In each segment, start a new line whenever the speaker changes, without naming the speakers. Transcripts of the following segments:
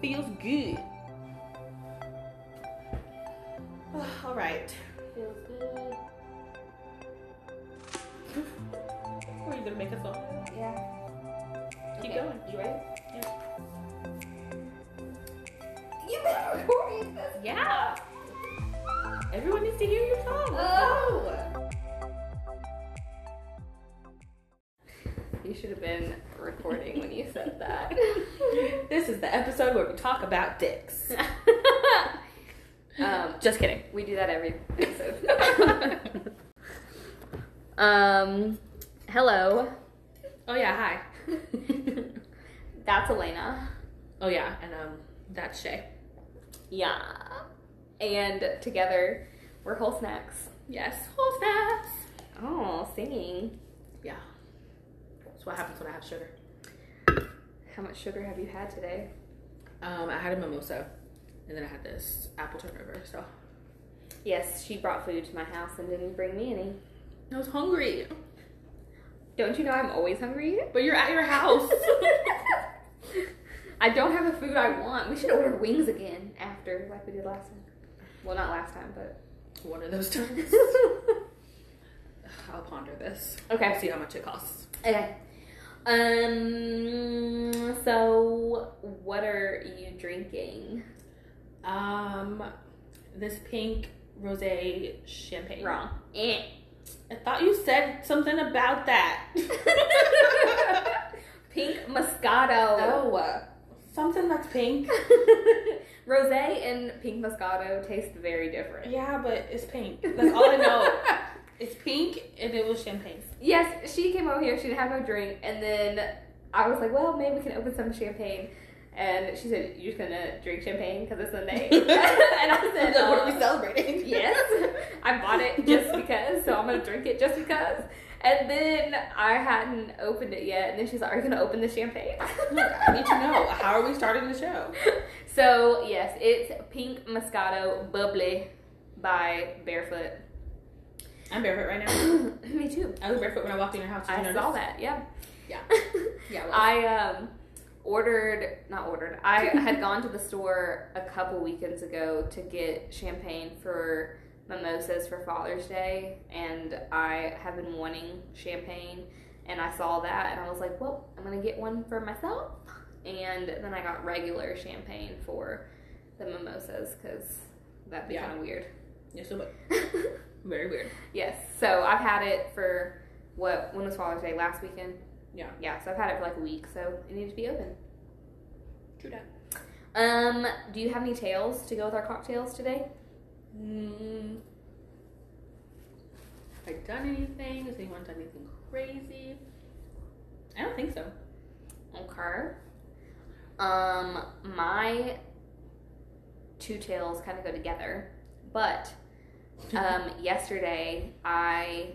feels good. All right.
Feels good.
We're either make us all.
Yeah.
Keep
Okay,
going.
You ready? You've been recording this.
Yeah. Everyone needs to hear your song.
Oh. You should have been recording when you said that.
this is the episode where we talk about dicks.
um,
Just kidding.
we do that every episode. um, hello.
Oh yeah, hi.
That's Elena.
Oh yeah, and um, that's Shay.
Yeah. And together, we're Whole Snacks.
Yes, whole snaps.
Oh, singing.
Yeah. That's what happens when I have sugar.
How much sugar have you had today?
Um, I had a mimosa, and then I had this apple turnover. So
Yes, she brought food to my house and didn't bring me any.
I was hungry,
Don't you know I'm always hungry?
but you're at your house.
I don't have the food I want. We should order wings again after, like we did last time. Well, not last time, but.
One of those times. I'll ponder this.
okay.
I'll see how much it costs.
Okay. Um. So, what are you drinking?
Um, this pink rosé champagne.
Wrong. Eh.
I thought you said something about that.
Pink Moscato.
oh, something that's pink.
Rosé and pink Moscato taste very different.
Yeah, but it's pink. That's all I know. it's pink, and it was champagne.
yes, she came over here. She didn't have no drink, and then I was like, "Well, maybe we can open some champagne." And she said, "You're just gonna drink champagne because it's Sunday." and I said,
Like,
um,
celebrating?
yes, I bought it just because, so I'm gonna drink it just because. And then I hadn't opened it yet, and then she's like, "Are you gonna open the champagne?"
I need to know. How are we starting the show?
So yes, it's Pink Moscato Bubbly by Barefoot.
I'm barefoot right now.
Me too.
I was barefoot when I walked in your house. Did you
I
notice?
saw that. Yeah.
Yeah. Yeah, well.
I um ordered not ordered. I had gone to the store a couple weekends ago to get champagne for mimosas for Father's Day, and I have been wanting champagne. And I saw that, and I was like, "Well, I'm gonna get one for myself." And then I got regular champagne for the mimosas because that'd be
Yeah.
kind of weird.
You're so very weird.
yes. So I've had it for what? When was Father's Day? Last weekend.
Yeah.
Yeah. So I've had it for like a week. So it needed to be open.
True that.
Um. Do you have any tails to go with our cocktails today?
Mm. Have I done anything? Has anyone done anything crazy? I don't think so.
Okay. Um. My two tails kind of go together, but um, yesterday I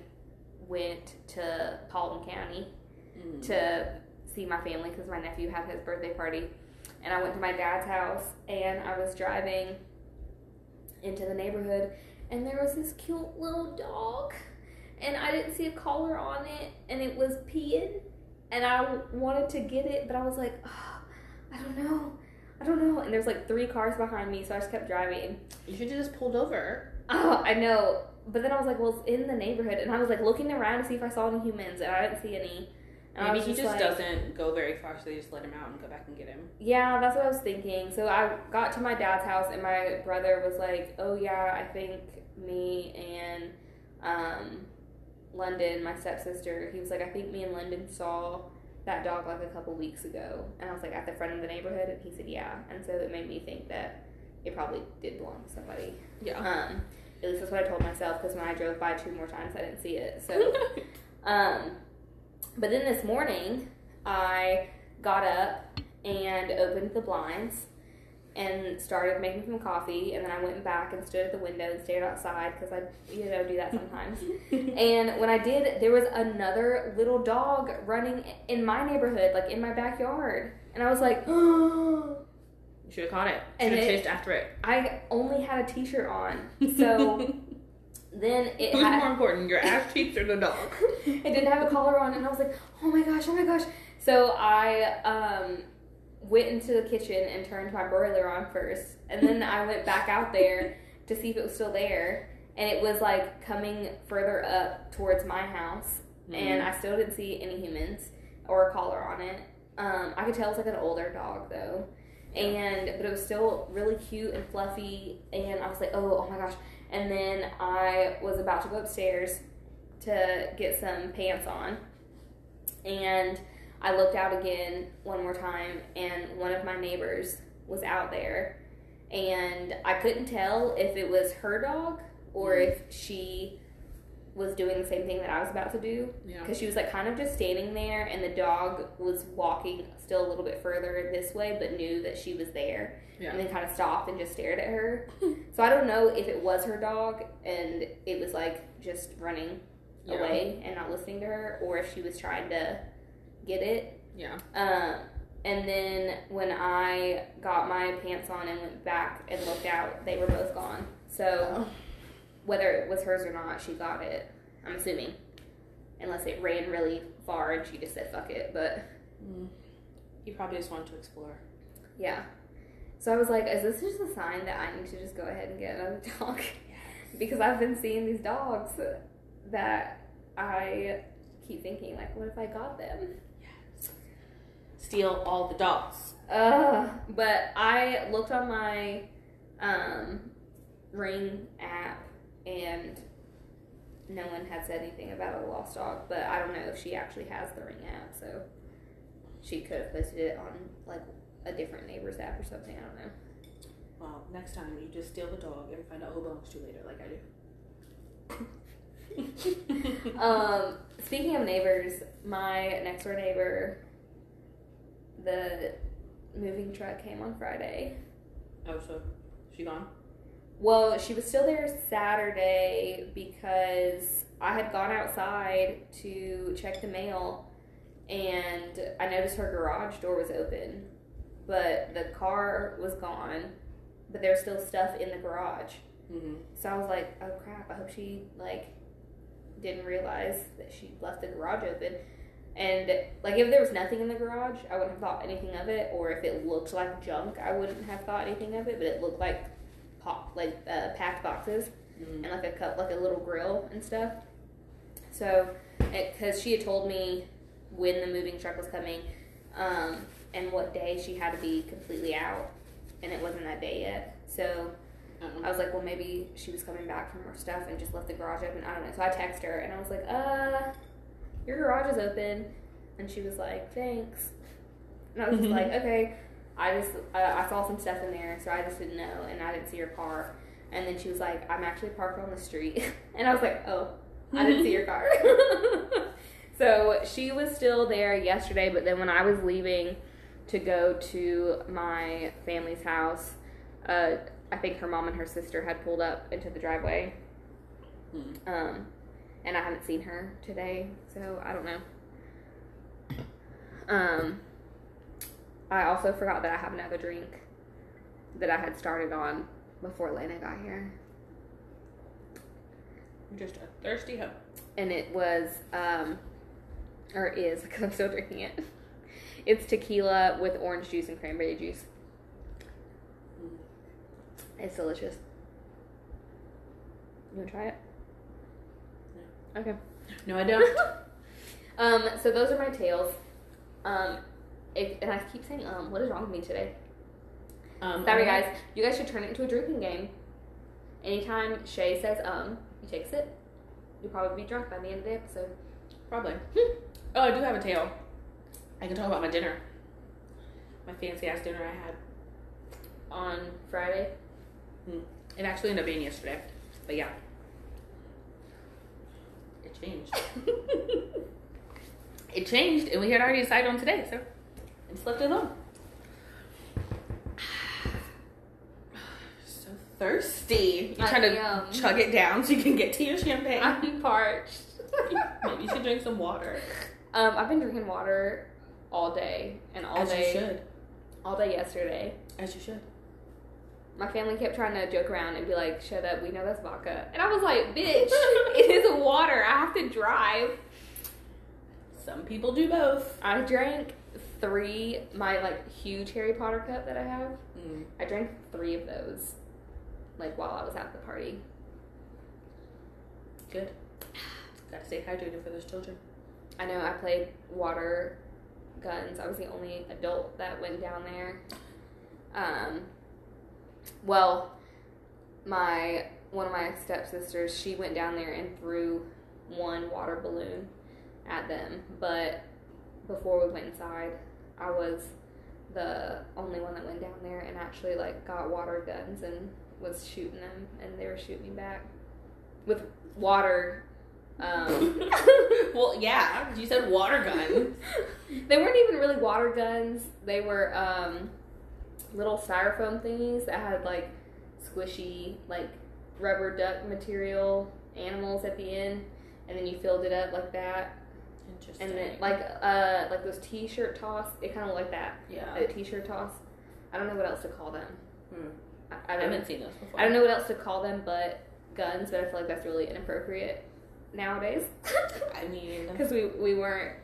went to Paulton County
Mm.
to see my family because my nephew had his birthday party. And I went to my dad's house and I was driving into the neighborhood and there was this cute little dog and I didn't see a collar on it and it was peeing and I wanted to get it but I was like, "Ugh, I don't know. I don't know. And there's like three cars behind me so I just kept driving.
You should have just pulled over.
Oh, I know. But then I was like, well, it's in the neighborhood. And I was like looking around to see if I saw any humans, and I didn't see any. And I
Maybe
was
he just
like-
doesn't go very far, so they just let him out and go back and get him.
Yeah, that's what I was thinking. So I got to my dad's house, and my brother was like, "Oh yeah, I think me and um, London, my stepsister, he was like, I think me and London saw that dog like a couple weeks ago." And I was like, "At the front of the neighborhood," and he said, "Yeah." And so it made me think that it probably did belong to somebody.
Yeah.
Um, at least that's what I told myself because when I drove by two more times, I didn't see it. So. Um, but then this morning, I got up and opened the blinds and started making some coffee. And then I went back and stood at the window and stared outside because I, you know, do that sometimes. and when I did, there was another little dog running in my neighborhood, like in my backyard. And I was like,
You should have caught it.
And
Should have
it-
chased after it.
I only had a t shirt on. So then it
who's
had.
more important, your ass cheeks or the dog?
it didn't have a collar on, and I was like, oh my gosh, oh my gosh. So I um, went into the kitchen and turned my broiler on first, and then I went back out there to see if it was still there, and it was like coming further up towards my house,
Mm-hmm.
and I still didn't see any humans or a collar on it. Um, I could tell it was like an older dog though, and but it was still really cute and fluffy, and I was like, oh, oh my gosh. And then I was about to go upstairs to get some pants on, and I looked out again one more time, and one of my neighbors was out there, and I couldn't tell if it was her dog or if she was doing the same thing that I was about to do
Yeah.
because she was like kind of just standing there, and the dog was walking still a little bit further this way, but knew that she was there,
Yeah.
and then kind of stopped and just stared at her. so I don't know if it was her dog, and it was like just running
Yeah.
away and not listening to her, or if she was trying to get it.
Yeah.
Um, and then when I got my pants on and went back and looked out, they were both gone.
Oh.
So whether it was hers or not, she got it. I'm assuming, unless it ran really far and she just said fuck it. But
You Mm. probably just wanted to explore.
yeah. So I was like, is this just a sign that I need to just go ahead and get another dog? because I've been seeing these dogs that I keep thinking like, what if I got them?
Steal all the dogs.
Ugh, Uh, but I looked on my um, Ring app and no one had said anything about a lost dog, but I don't know if she actually has the Ring app, so she could have posted it on like a different neighbor's app or something. I don't know.
Well, next time you just steal the dog and find out who it belongs to later, like I do.
um, speaking of neighbors, my next door neighbor, the moving truck came on Friday.
oh, so she gone?
Well, she was still there Saturday because I had gone outside to check the mail and I noticed her garage door was open, but the car was gone, but there's still stuff in the garage.
Mm-hmm.
So I was like, oh crap, I hope she like didn't realize that she left the garage open. And like if there was nothing in the garage, I wouldn't have thought anything of it. Or if it looked like junk, I wouldn't have thought anything of it. But it looked like pop like uh, packed boxes
Mm-hmm.
and like a cup, like a little grill and stuff. So, because she had told me when the moving truck was coming, um, and what day she had to be completely out, and it wasn't that day yet. So I
Uh-uh.
was like, well, maybe she was coming back from her stuff and just left the garage open. I don't know. So I texted her and I was like, uh, your garage is open. And she was like, thanks. And I was just like, okay. I just, uh, I saw some stuff in there, so I just didn't know and I didn't see her car. And then she was like, I'm actually parked on the street. And I was like, oh, I didn't see your car. so she was still there yesterday, but then when I was leaving to go to my family's house, uh, I think her mom and her sister had pulled up into the driveway.
Hmm.
Um, and I haven't seen her today, so I don't know. Um, I also forgot that I have another drink that I had started on before Lena got here,
You're just a thirsty hoe.
and it was um, or is because I'm still drinking it. It's tequila with orange juice and cranberry juice.
Mm-hmm.
It's delicious. You wanna try it? Okay.
No, I don't.
um, so those are my tails. Um, if, and I keep saying, um, what is wrong with me today?
Um,
Sorry,
I'm-
guys. You guys should turn it into a drinking game. Anytime Shay says, um, you take a sip. You'll probably be drunk by the end of the episode.
Probably. oh, I do have a tale. I can talk about my dinner. My fancy ass dinner I had.
On Friday.
It actually ended up being yesterday. But yeah. It changed. It changed, and we had already decided on today, so I just left it alone. so thirsty. You're
I
trying to
am.
chug it down so you can get to your champagne.
I'm parched.
Maybe you should drink some water.
Um, I've been drinking water all day and all
As you
day,
should.
all day yesterday.
As you should.
My family kept trying to joke around and be like, "Shut up, we know that's vodka," and I was like, "Bitch, it is water. I have to drive."
Some people do both.
I drank three my like huge Harry Potter cup that I have.
Mm.
I drank three of those, like while I was at the party.
Good. Gotta stay hydrated for those children.
I know I played water guns. I was the only adult that went down there. Um, well, my one of my stepsisters, she went down there and threw one water balloon at them. But before we went inside, I was the only one that went down there and actually like got water guns and was shooting them, and they were shooting me back with water. Um,
well, yeah, you said water gun.
they weren't even really water guns. They were um, little styrofoam thingies that had like squishy, like rubber duck material animals at the end, and then you filled it up like that,
Interesting.
and then like uh like those T-shirt toss. It kind of looked like that,
yeah,
a T-shirt toss. I don't know what else to call them.
Hmm.
I, I
I
don't.
haven't seen those before.
I don't know what else to call them, but guns. But I feel like that's really inappropriate nowadays.
I mean,
Because we, we weren't.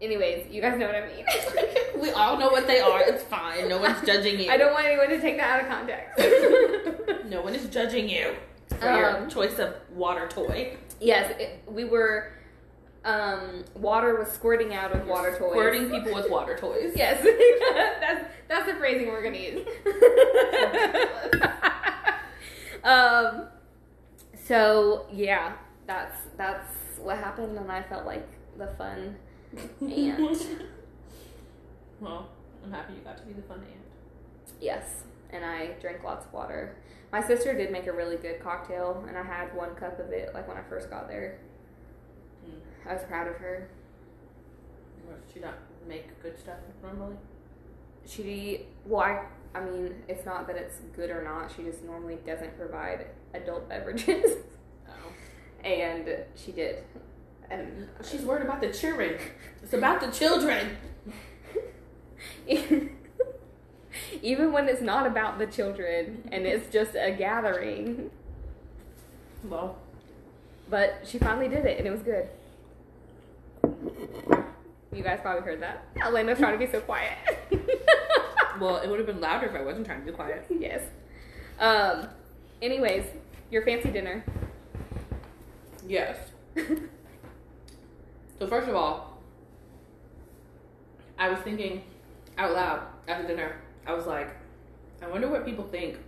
Anyways, you guys know what I mean.
we all know what they are. It's fine. No one's judging you.
I don't want anyone to take that out of context.
No one is judging you for your
Um,
choice of water toy.
yes, it, we were. Um, water was squirting out of water toys.
Squirting people with water toys.
Yes, that's that's the phrasing we're gonna use. um, so yeah, that's that's what happened, and I felt like the fun And-
well, I'm happy you got to be the fun aunt.
Yes, and I drank lots of water. My sister did make a really good cocktail, and I had one cup of it like when I first got there.
Mm.
I was proud of her.
What, She not make good stuff normally.
She, well, I, I mean, it's not that it's good or not. She just normally doesn't provide adult beverages,
Oh.
and she did. And
She's worried about the children. It's about the children.
even when it's not about the children and it's just a gathering,
Well,
but she finally did it, and it was good. You guys probably heard that. Elena's trying to be so quiet.
well, it would have been louder if I wasn't trying to be quiet.
yes. Um. Anyways, your fancy dinner.
Yes. So first of all, I was thinking out loud after dinner. I was like, I wonder what people think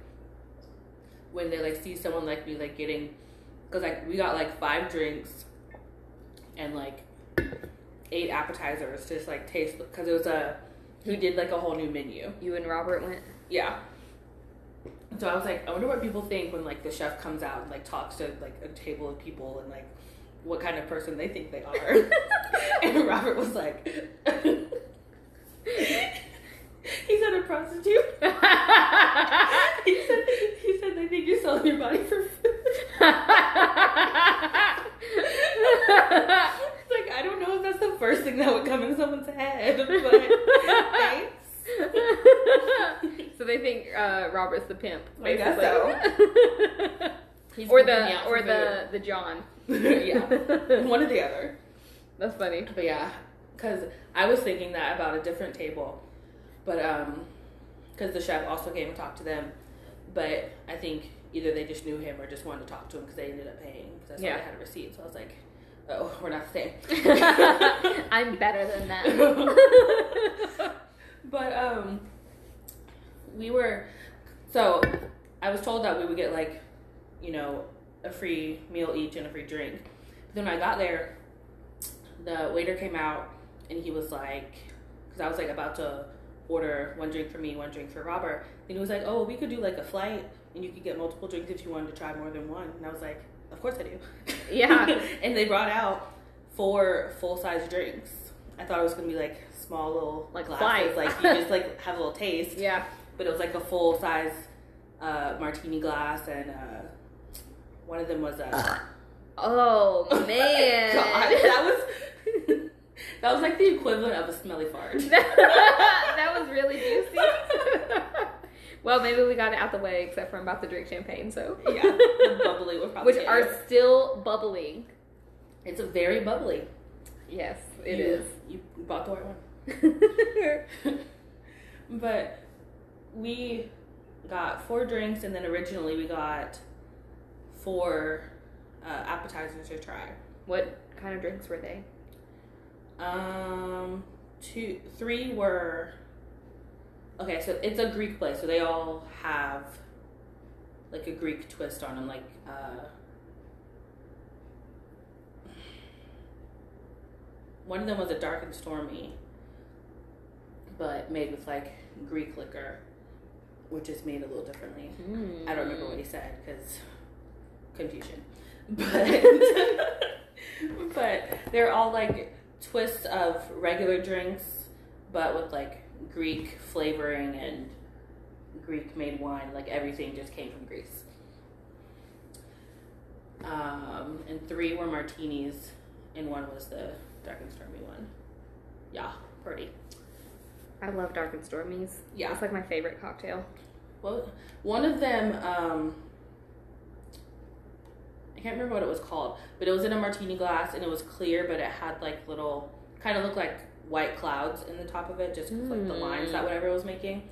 when they like see someone like me like getting, because like we got like five drinks and like eight appetizers to just like taste because it was a who did like a whole new menu.
you and Robert went.
Yeah. So I was like, I wonder what people think when like the chef comes out and like talks to like a table of people and like what kind of person they think they are. and Robert was like, he said a prostitute. he said he said they think you're selling your body for food. it's like I don't know if that's the first thing that would come in someone's head, but thanks.
so they think uh, Robert's the pimp,
I guess
basically.
He's
or
picking me
the
out
or
for
the the John.
food. yeah, one or the other.
That's funny.
But yeah, because I was thinking that about a different table, but um, because the chef also came and talked to them, but I think either they just knew him or just wanted to talk to him because they ended up paying because I saw
Yeah.
they had a receipt. So I was like, oh, we're not the same.
I'm better than that.
But um, we were so I was told that we would get like, you know, a free meal each and a free drink. But then when I got there, the waiter came out and he was like, because I was like about to order one drink for me, one drink for Robert. And he was like, oh, we could do like a flight and you could get multiple drinks if you wanted to try more than one. And I was like, of course I do.
Yeah.
and they brought out four full size drinks. I thought it was gonna be like small little
Like
glasses,
flies.
like you just like have a little taste.
yeah.
But it was like a full size uh, martini glass, and uh, one of them was a
Oh man.
God, that was that was like the equivalent of a smelly fart.
that was really juicy. well, maybe we got it out the way, except for I'm about to drink champagne, so.
yeah, the bubbly was probably
Which
it.
are still bubbling.
it's a very bubbly.
Yes, it
you,
is.
You bought the right one. but we got four drinks, and then originally we got four uh, appetizers to try.
what kind of drinks were they?
Um, two, three were. Okay, so it's a Greek place, so they all have like a Greek twist on them, like uh. One of them was a dark and stormy, but made with like Greek liquor, which is made a little differently.
Mm.
I don't remember what he said because confusion. But but they're all like twists of regular drinks, but with like Greek flavoring and Greek made wine. Like everything just came from Greece. Um, and three were martinis, and one was the dark and stormy one. Yeah, pretty.
I love dark and stormies.
Yeah.
It's like my favorite cocktail.
Well, one of them, um, I can't remember what it was called, but it was in a martini glass and it was clear, but it had like little, kind of looked like white clouds in the top of it, just with, like the lines
Mm.
that whatever it was making.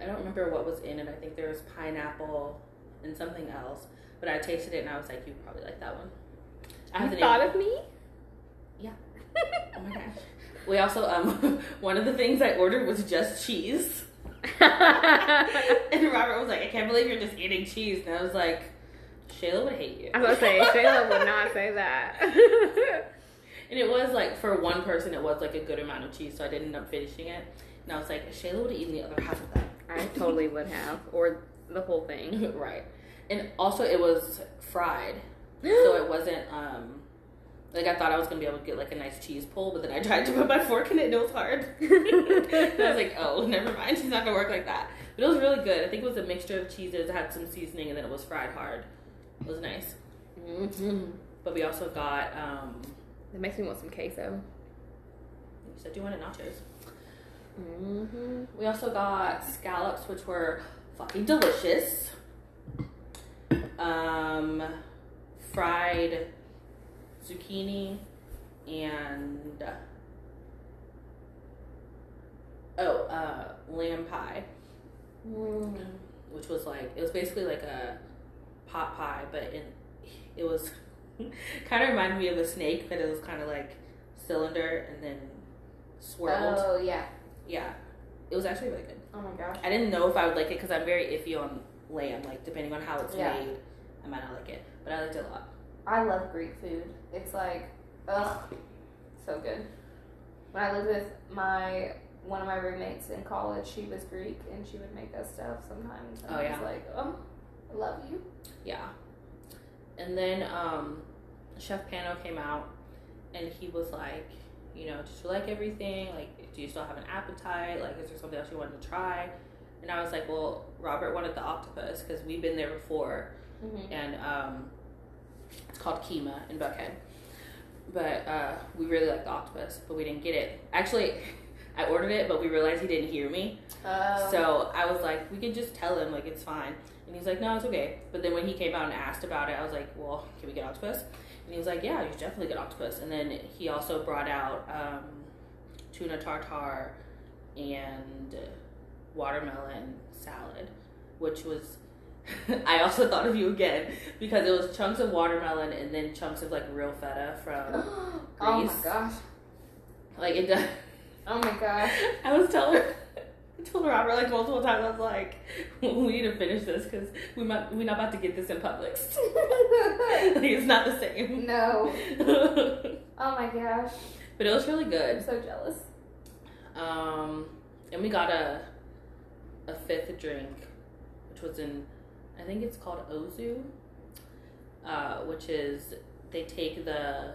I don't remember what was in it. I think there was pineapple and something else, but I tasted it and I was like, you probably like that one. I have
you
the name.
thought of me?
Yeah. Oh my gosh. We also, um, one of the things I ordered was just cheese. and Robert was like, I can't believe you're just eating cheese. And I was like, Shayla would hate you.
I was gonna say Shayla would not say that.
And it was like, for one person, it was like a good amount of cheese. So I didn't end up finishing it. And I was like, Shayla would have eaten the other half of that.
I totally would have, or the whole thing.
right. And also, it was fried. So it wasn't, um, like I thought I was gonna be able to get like a nice cheese pull, but then I tried to put my fork in it and it was hard. And I was like, oh, never mind, it's not gonna work like that. But it was really good. I think it was a mixture of cheeses, it had some seasoning, and then it was fried hard. It was nice. But we also got, um,
That mm-hmm. makes me want some queso.
you said you wanted nachos.
Mm-hmm.
We also got scallops, which were fucking delicious. Um, fried zucchini and oh, uh, lamb pie, which was like it was basically like a pot pie, but in, it was kind of reminded me of a snake, but it was kind of like cylinder and then swirled.
Oh yeah.
Yeah, it was actually really good.
Oh my gosh.
I didn't know if I would like it because I'm very iffy on lamb. Like depending on how it's
Yeah.
made, I might not like it, but I liked it a lot.
I love Greek food. It's like, ugh, so good. When I lived with my one of my roommates in college, she was Greek and she would make us stuff sometimes. And
Oh,
I
yeah.
was like, oh, I love you.
Yeah. And then um, Chef Pano came out, and he was like, you know, did you like everything? Like, do you still have an appetite? Like, is there something else you wanted to try? And I was like, well, Robert wanted the octopus because we've been there before.
Mm-hmm.
and um, it's called Kima in Buckhead. But uh, we really like the octopus, but we didn't get it. Actually, I ordered it, but we realized he didn't hear me.
Oh.
So I was like, we could just tell him, like, it's fine. And he's like, no, it's okay. But then when he came out and asked about it, I was like, well, can we get octopus? And he was like, yeah, you should definitely get octopus. And then he also brought out um, tuna tartar and watermelon salad, which was. I also thought of you again because it was chunks of watermelon and then chunks of like real feta from
oh my
Greece.
gosh.
like it does.
Oh my gosh.
I was telling I told Robert like multiple times. I was like, we need to finish this because we might we're not about to get this in Publix. like, it's not the same.
no.
but
Oh my gosh.
it was really
I'm
good.
so jealous.
Um, and we got a a fifth drink, which was in I think it's called Ozu, uh, which is they take the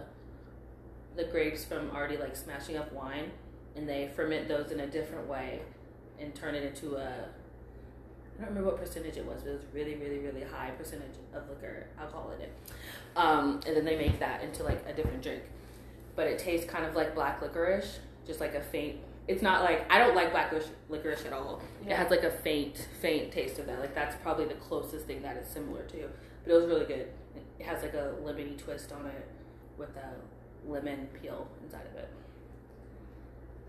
the grapes from already like smashing up wine, and they ferment those in a different way, and turn it into a I don't remember what percentage it was, but it was really, really, really high percentage of liquor alcohol in it. Um, and then they make that into like a different drink, but it tastes kind of like black licorice, just like a faint. It's not like I don't like black licorice- licorice at all. It has like a faint, faint taste of that. Like that's probably the closest thing that it's similar to. But it was really good. It has like a lemony twist on it with a lemon peel inside of it.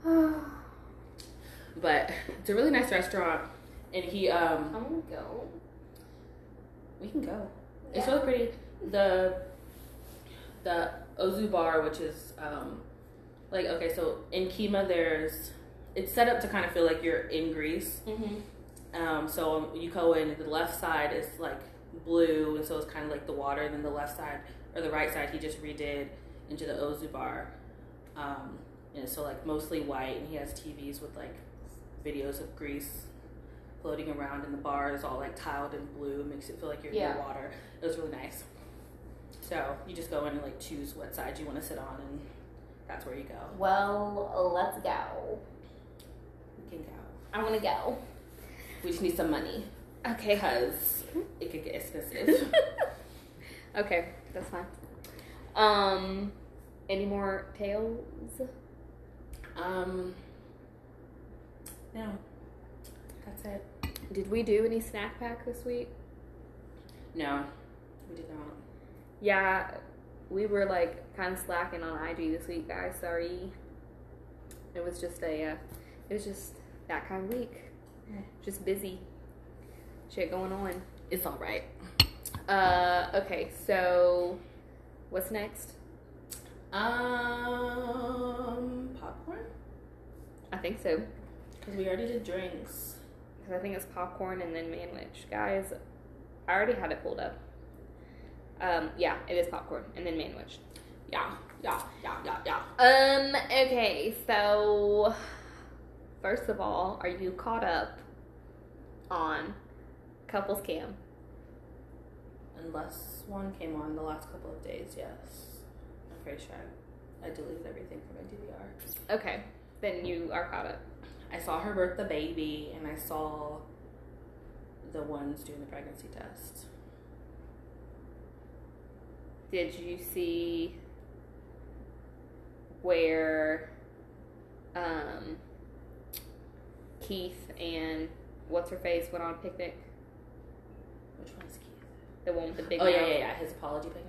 I
But it's a really nice restaurant, and he um
want to go.
we can go. It's
Yeah.
really pretty. The the Ozu bar, which is um like okay, so in Kima there's it's set up to kind of feel like you're in Greece.
Mhm.
Um, so you go in, the left side is like blue, and so it's kind of like the water. And then the left side or the right side, he just redid into the Ozu bar. Um, and so like mostly white, and he has TVs with like videos of Greece floating around, and the bar is all like tiled in blue, makes it feel like you're in
Yeah.
the water. It was really nice. So you just go in and like choose what side you want to sit on, and that's where you go.
Well, let's go.
You can go.
I want to go.
We just need some money
Okay.
because it could get expensive.
okay, that's fine. Um, any more tales?
Um. No. That's it.
Did we do any snack pack this week?
No, we did not.
Yeah, we were like kind of slacking on IG this week, guys. Sorry. It was just a, uh, it was just that kind of week.
Yeah.
Just busy. Shit going on.
It's all right.
Uh, okay, so what's next?
Um, popcorn.
I think so.
Cause we already did drinks.
Because I think it's popcorn and then manwich. Guys, I already had it pulled up. Um, yeah, it is popcorn and then manwich.
Yeah, yeah, yeah, yeah, yeah.
Um, okay, so first of all, are you caught up on couples cam?
Unless one came on the last couple of days. Yes, I'm pretty sure. I deleted everything from my DVR.
Okay, then you are caught up.
I saw her birth the baby, and I saw the ones doing the pregnancy test.
Did you see where um Keith and what's her face went on a picnic?
Which one is Keith?
The one with the big
Oh yeah,
mouth?
yeah, yeah. His apology picnic.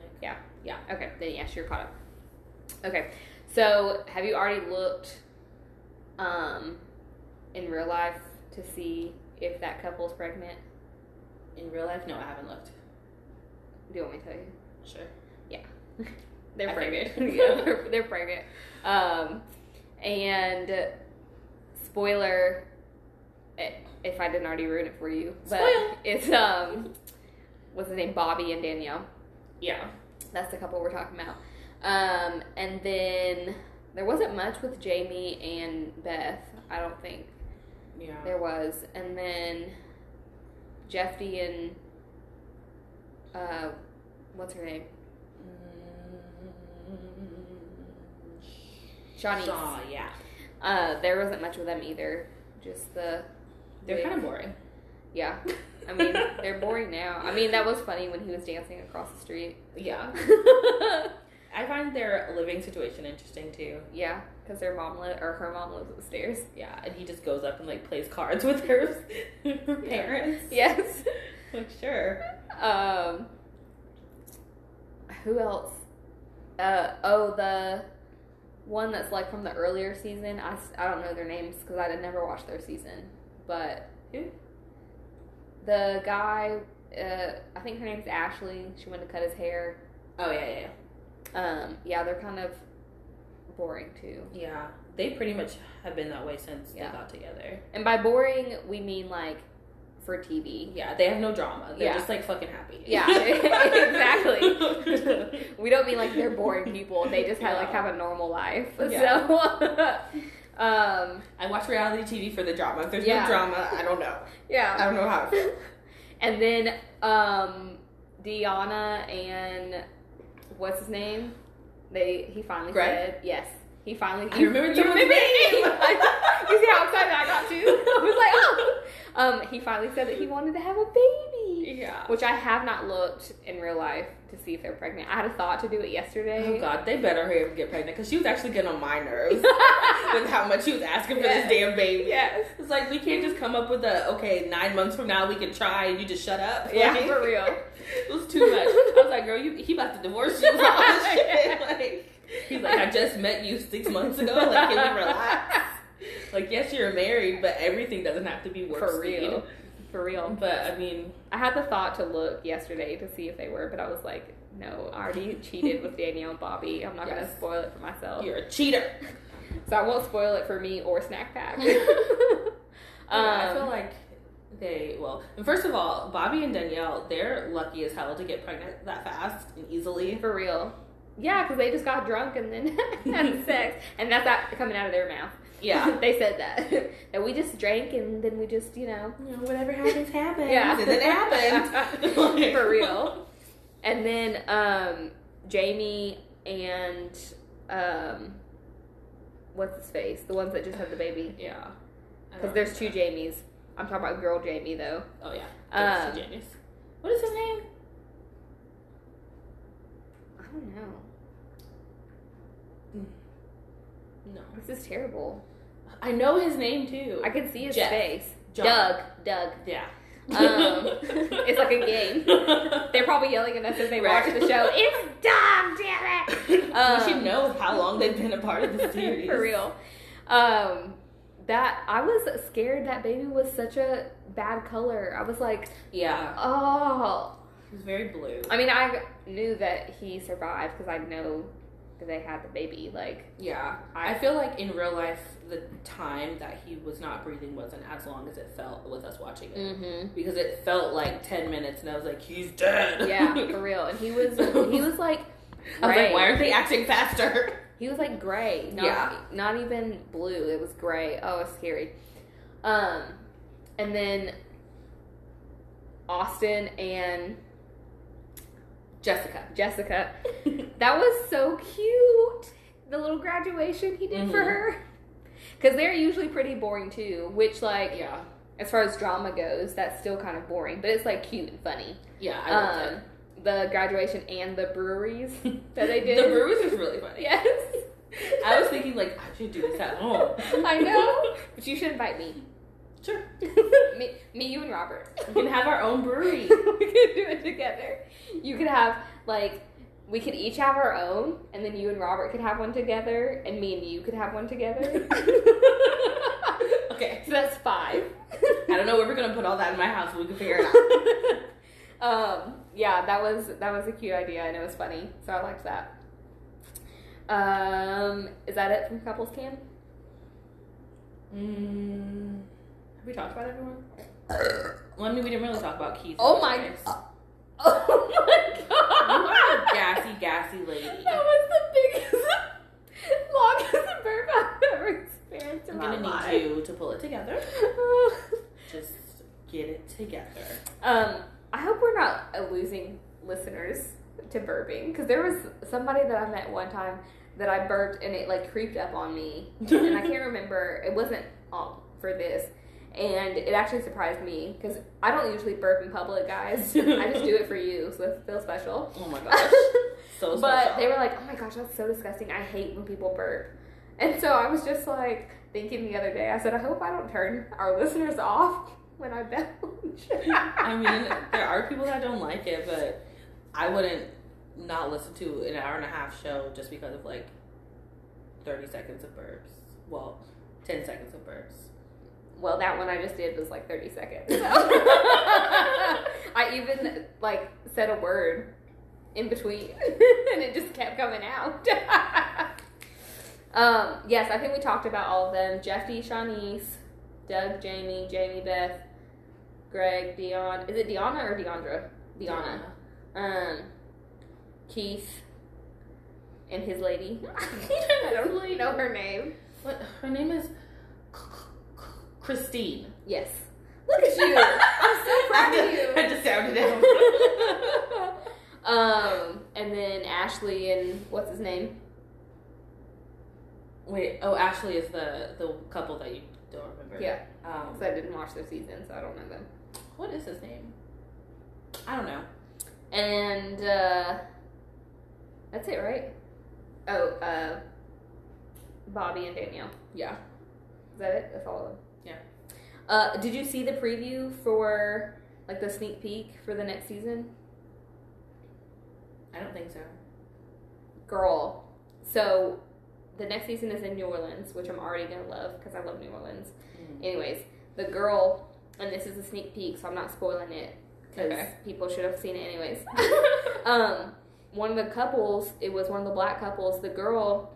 Okay, then yes, you're caught up. Okay, so have you already looked um, in real life to see if that couple's pregnant?
In real life, no, I haven't looked.
Do you want me to tell you?
Sure.
They're
I
pregnant.
figured.
yeah, they're, they're pregnant. Um, and spoiler, i- if I didn't already ruin it for you, but
Spoil.
it's um, what's his name? Bobby and Danielle.
Yeah.
That's the couple we're talking about. Um, and then there wasn't much with Jamie and Beth. I don't think
Yeah.
there was. And then Jeff D and uh, what's her name? Shawnee.
Shaw, yeah.
Uh, there wasn't much with them either. Just the
They're
wig.
kind of boring.
yeah. I mean, they're boring now. I mean, that was funny when he was dancing across the street.
Yeah. I find their living situation interesting too.
yeah, because their mom li- or her mom lives upstairs.
Yeah, and he just goes up and like plays cards with her, her parents.
Yes.
Like, sure.
Um, who else? Uh, oh, the one that's like from the earlier season. I, s- I don't know their names because I did never watch their season. But
Who?
The guy, uh, I think her name's Ashley. She went to cut his hair.
Oh, yeah, yeah, yeah.
Um, yeah, they're kind of boring too.
Yeah. They pretty much have been that way since
Yeah.
they got together.
And by boring, we mean like for TV.
Yeah, they have no drama. They're
Yeah.
just like fucking happy.
Yeah, exactly. We don't mean like they're boring people. They just have like
Yeah.
have a normal life.
Yeah.
So, um,
I watch reality TV for the drama. If there's
Yeah.
no drama, I don't know. I
yeah.
don't know how. it feels.
And then um, Deanna and what's his name? They he finally
Greg?
said yes. He finally.
I remembered
you
someone's
remember
name.
I- you see how excited I got too? I was like, oh. Um, he finally said that he wanted to have a baby.
Yeah.
Which I have not looked in real life to see if they're pregnant. I had a thought to do it yesterday.
Oh God, they better hurry up and get pregnant because she was actually getting on my nerves with how much she was asking for
Yes.
this damn baby.
Yes.
It's like we can't just come up with a okay nine months from now we can try and you just shut up.
Yeah,
Like,
for real.
it was too much. I was like, girl, you he about to divorce you. All this shit. Like, he's like, I just met you six months ago. Like, can you relax? Like, yes, you're married, but everything doesn't have to be work
For
speed.
real. For real.
But I mean,
I had the thought to look yesterday to see if they were, but I was like, no, I already cheated with Danielle and Bobby. I'm not going
Yes.
to spoil it for myself.
you're a cheater.
So I won't spoil it for me or Snack Pack. um,
Yeah, I feel like they well. And first of all, Bobby and Danielle, they're lucky as hell to get pregnant that fast and easily.
for real. Yeah, because they just got drunk and then had sex. And that's not coming out of their mouth.
Yeah.
they said that. that we just drank and then we just, you know.
You know, whatever happens, happens.
Yeah.
and it happened Like-
For real. And then um, Jamie and um, what's his face? The ones that just had the baby.
Yeah, I
Because
don't
there's two
remember.
Jamies. I'm talking about girl Jamie though.
Oh yeah, there's two
Um,
Jamies. What is his name?
I don't know.
No,
This is terrible.
I know his name too.
I can see his
Jeff.
face.
John.
Doug. Doug.
Yeah.
Um, it's like a game. They're probably yelling at us as they
Right.
watch the show. It's Doug, damn it!
we
Um,
should know how long they've been a part of the series.
For real. Um, that I was scared that baby was such a bad color. I was like,
Yeah,
oh.
he's very blue.
I mean, I knew that he survived because I know that they had the baby. Like,
Yeah, I feel like in real life, the time that he was not breathing wasn't as long as it felt with us watching it
mm-hmm.
because it felt like ten minutes, and I was like, he's dead.
yeah, for real. And he was he was like
I was like,
gray.
why aren't they acting faster?
He was like gray. Not,
Yeah.
Not even blue. It was gray. Oh, it's scary. Um, and then Austin and
Jessica.
Jessica. That was so cute. The little graduation he did for
Mhm.
her. Because they're usually pretty boring too, which, like,
yeah,
as far as drama goes, that's still kind of boring, but it's like cute and funny.
yeah, I loved
um, the graduation and the breweries that they did.
it. The bruise was really funny.
Yes.
I was thinking like I should do this at home.
I know. oh. But you should invite me.
Sure.
me, me, you, and Robert.
We can have our own brewery.
we could do it together. You could have like we could each have our own, and then you and Robert could have one together, and me and you could have one together. so
Okay.
that's five.
I don't know where we're gonna put all that in my house, but we can figure it out.
um, yeah, that was that was a cute idea, and it was funny, so I liked that. Um, is that it from couples cam?
Mm, have we talked about everyone? Well, I mean, we didn't really talk about Keith.
Oh my!
Yes.
Oh my
You are
god!
a gassy, gassy lady.
That was the biggest, longest burp I've ever experienced in
I'm
my
gonna
life.
need you to pull it together. Just get it together.
um, I hope we're not uh, losing listeners to burping because there was somebody that I met one time that I burped and it like creeped up on me and I can't remember. It wasn't all for this. And it actually surprised me because I don't usually burp in public, guys. I just do it for you, so it feels special.
Oh my gosh,
but
so special.
they were like, "Oh my gosh, that's so disgusting. I hate when people burp." And so I was just like thinking the other day. I said, "I hope I don't turn our listeners off when I belch."
I mean, there are people that don't like it, but I wouldn't not listen to an hour and a half show just because of like 30 seconds of burps. Well, 10 seconds of burps.
Well, that one I just did was like 30 seconds. so. I even like said a word in between and it just kept coming out. um, yes, I think we talked about all of them. Jeffy, Shawnice, Doug, Jamie, Jamie Beth, Greg, Dion. Is it Deanna or Deandra? Deanna. Um, Keith and his lady. I don't really know her name.
What? Her name is Christine.
Yes. Look at you. I'm so proud of you.
I just sounded out.
um, and then Ashley and what's his name?
Wait, oh, Ashley is the, the couple that you don't remember.
Yeah.
Um,
'Cause I didn't watch their season, so I don't know them.
what is his name? I don't know.
And uh, that's it, right? Oh, uh, Bobby and Danielle.
Yeah.
Is that it? That's all of them.
Yeah.
Uh, did you see the preview for like the sneak peek for the next season?
I don't think so.
girl. So the next season is in New Orleans, which I'm already gonna love because I love New Orleans.
Mm.
Anyways, the girl, and this is a sneak peek, so I'm not spoiling it because
Okay.
people should have seen it anyways. um, one of the couples, it was one of the black couples. The girl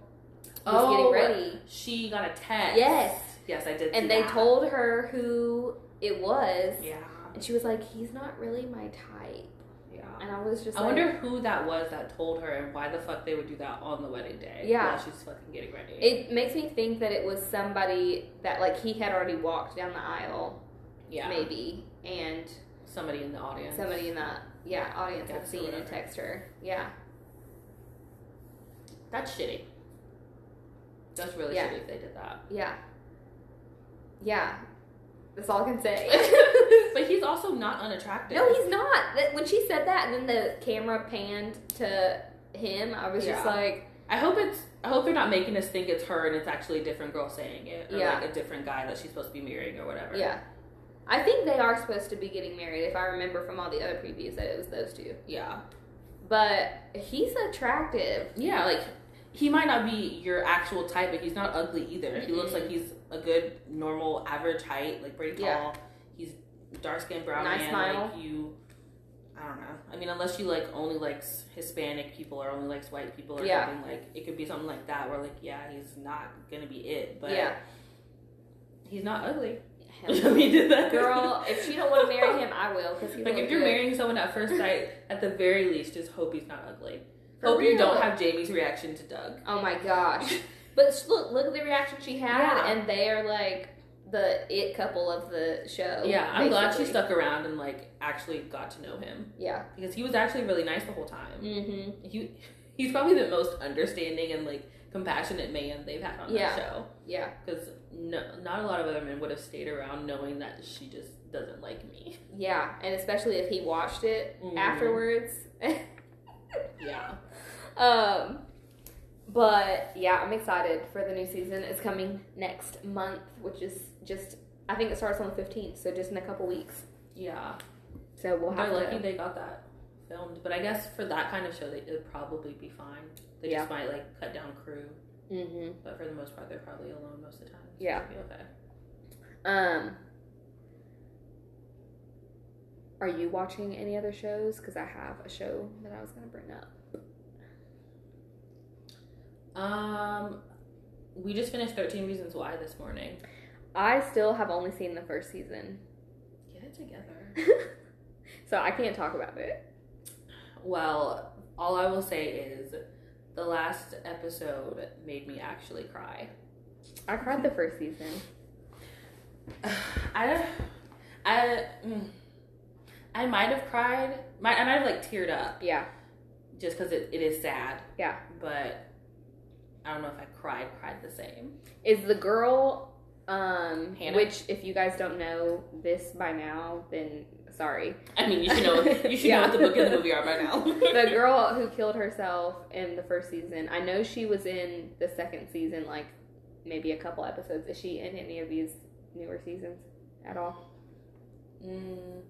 was
Oh.
getting ready,
She got a text.
Oh. Yes.
Yes, I did. see
and they
that.
told her who it was,
Yeah.
and she was like, "He's not really my type."
Yeah.
And I was just,
I
like,
wonder who that was that told her and why the fuck they would do that on the wedding day.
Yeah.
While she's fucking getting ready.
It makes me think that it was somebody that like he had already walked down the aisle,
yeah.
maybe, and
Somebody in the audience.
somebody in that yeah audience had
Text or
seen and
whatever.
text her. Yeah,
That's shitty. That's really
Yeah.
shitty if they did that.
yeah, yeah. That's all I can say.
But he's also not unattractive.
no, he's not. That- When she said that, and then the camera panned to him, I was just
Yeah.
like,
I hope it's. I hope they're not making us think it's her and it's actually a different girl saying it, or
Yeah.
like a different guy that she's supposed to be marrying or whatever.
yeah. I think they are supposed to be getting married. If I remember from all the other previews, that it was those two.
Yeah.
But he's attractive.
Yeah, like he might not be your actual type, but he's not ugly either. He looks like he's a good, normal, average height, like pretty tall.
Yeah.
He's dark skinned brown
Nice
man.
smile.
Like you, I don't know. I mean, unless you like only likes Hispanic people or only likes white people or
Yeah.
something like it could be something like that where like yeah, he's not gonna be it, but
yeah.
he's not ugly.
Hell
I mean, did that
Girl, if she don't want to marry him, I will. Cause he
Like if
look
you're
good.
marrying someone at first sight, at the very least, just hope he's not ugly.
For
hope you
real.
don't have Jamie's reaction to Doug.
Oh my gosh! But sh- look, look at the reaction she had,
Yeah.
and they are like the it couple of the show.
Yeah, I'm glad she
Oh, basically.
stuck around and like actually got to know him
Yeah.
because he was actually really nice the whole time.
Mm-hmm.
He he's probably the most understanding and like compassionate man they've had on
Yeah.
that show
Yeah.
because no, not a lot of other men would have stayed around knowing that she just doesn't like me.
Yeah, and especially if he watched it
Mhm.
afterwards.
Yeah,
um, but yeah, I'm excited for the new season. It's coming next month, which is just I think it starts on the 15th, so just in a couple weeks.
yeah.
So we'll have
They're
to.
lucky they got that filmed, but I guess for that kind of show they would probably be fine. They
Yeah.
just might like cut down crew,
mm-hmm.
but for the most part they're probably alone most of the time. so
Yeah.
it'll be okay.
Um, are you watching any other shows? Because I have a show that I was going to bring up.
Um, we just finished Thirteen Reasons Why this morning.
I still have only seen the first season,
Get it together.
so I can't talk about it.
Well, all I will say is the last episode made me actually cry.
I cried the first season.
I, I, mm, I might have cried. My, I might have like teared up
Yeah,
just because it, it is sad.
Yeah.
But I don't know if I cried, cried the same.
is the girl, um,
Hannah?
which if you guys don't know this by now, then sorry.
I mean, you should know. You should
Yeah.
know what the book and the movie are by now.
the girl who killed herself in the first season. I know she was in the second season, like maybe a couple episodes. Is she in any of these newer seasons at all?
Mm,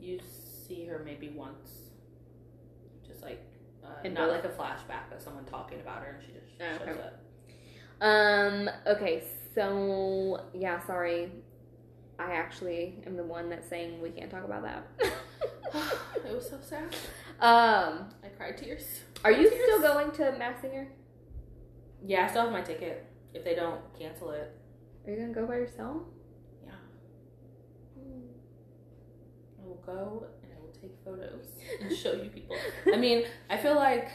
you see her maybe once, just like uh,
In
not
both?
like a flashback, but someone talking about her and she just
Oh,
shows
okay.
up.
Um. Okay. So yeah. Sorry. I actually am the one that's saying we can't talk about that.
it was so sad.
um.
I cried tears.
Are you
Tears.
still going to Mass Singer?
Yeah, I still have my ticket. If they don't cancel it,
Are you gonna go by yourself?
yeah, I will go and I will take photos and show you people. I mean, I feel like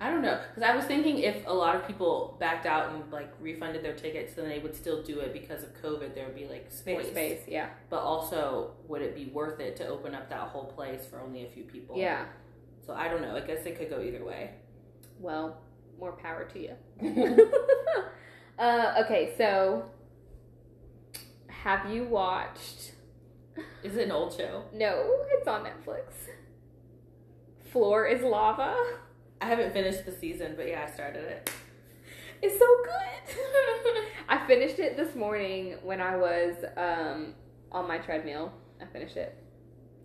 I don't know because I was thinking if a lot of people backed out and like refunded their tickets, then they would still do it because of COVID. There would be like
More
space,
space. Yeah.
but also would it be worth it to open up that whole place for only a few people?
Yeah.
So I don't know. I guess it could go either way.
Well, more power to you. uh, okay, so have you watched?
Is it an old show?
No, it's on Netflix. Floor is lava.
I haven't finished the season, but yeah, I started it.
It's so good. I finished it this morning when I was um, on my treadmill. I finished it.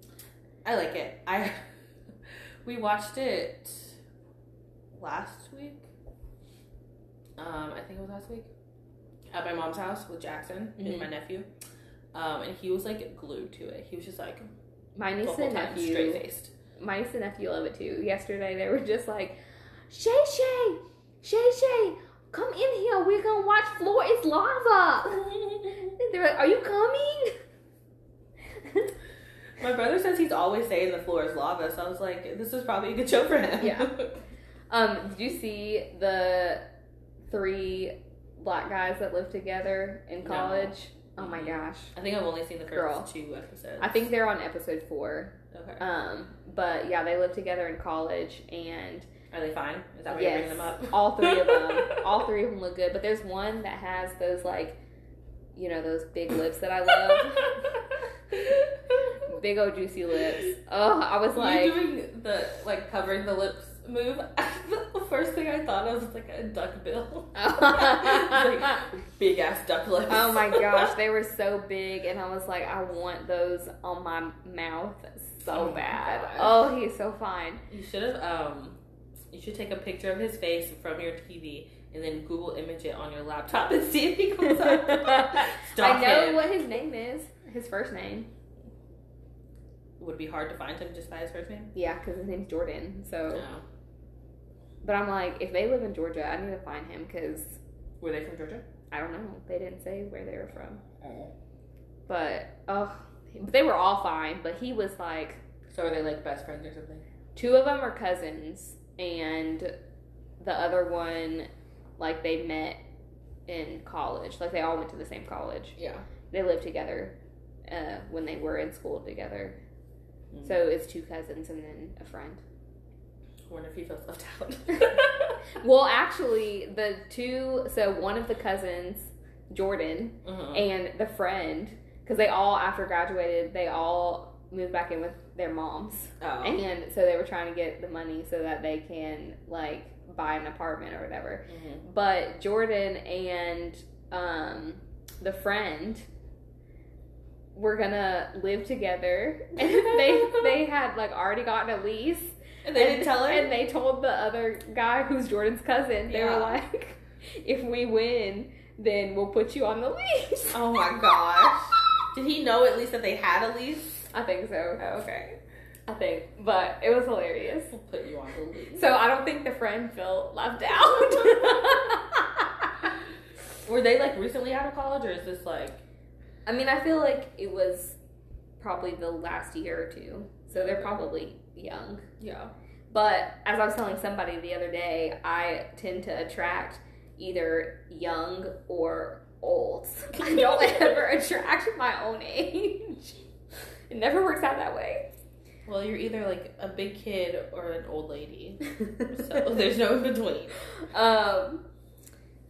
I like it. I we watched it last week. Um, I think it was last week at my mom's house with Jackson and
Mhm.
my nephew, um, and he was like glued to it. He was just like
My
the
niece
whole
and
time straight
nephew.
faced.
My niece and nephew love it too. Yesterday they were just like, Shay Shay, Shay Shay, come in here. We're gonna watch Floor is Lava. They're like, Are you coming?
My brother says he's always saying the floor is lava, so I was like, this is probably a good show for him.
Yeah. Um, did you see the three black guys that lived together in
No.
college? Oh my gosh.
I think I've only seen the first
Girl.
two episodes.
I think they're on episode four.
Okay.
Um, but yeah, they lived together in college and
Are they fine? Is that why you're
yes,
bringing them up?
all three of them. all three of them look good, but there's one that has those like, you know, those big lips that I love. big old juicy lips. Oh, I was
you
like,
doing the like covering the lips move. the first thing I thought of was like a duck bill, Like, big ass duck lips.
Oh my gosh, they were so big, and I was like, I want those on my mouth
Oh
so
my
bad.
gosh.
Oh, he's so fine.
you should have. Um, you should take a picture of his face from your TV and then Google image it on your laptop and see if he comes up. Stop
I know
him.
what his name is. His first name.
Would be hard to find him just by his first name.
Yeah, because his name's Jordan. So,
No.
but I'm like, if they live in Georgia, I need to find him because
Were they from Georgia?
I don't know. They didn't say where they were from. But oh, they were all fine. But he was like,
So are they like best friends or something?
two of them are cousins, and the other one, like they met in college. Like they all went to the same college.
Yeah.
they lived together uh, when they were in school together.
Hmm.
So it's two cousins and then a friend.
I wonder if he feels left out.
Well, actually, the two, so one of the cousins, Jordan,
Uh-huh.
and the friend, because they all, after graduated, they all moved back in with their moms.
Oh.
And so they were trying to get the money so that they can, like, buy an apartment or whatever.
Mhm.
but Jordan and um, the friend were gonna live together. And they they had like already gotten a lease.
And they
And-
didn't tell her.
And they told the other guy who's Jordan's cousin. They
Yeah.
were like, "If we win, then we'll put you on the lease."
oh my gosh. Did he know at least that they had a lease?
I think so.
Oh, Okay.
I think, but it was hilarious.
We'll put you on the lease.
So I don't think the friend felt left out.
Were they like recently out of college or is this like
I mean, I feel like it was probably the last year or two, so
Mm-hmm.
they're probably young.
Yeah.
But as I was telling somebody the other day, I tend to attract either young or old. I don't ever attract my own age. It never works out that way.
Well, you're either like a big kid or an old lady. So there's no in between.
um,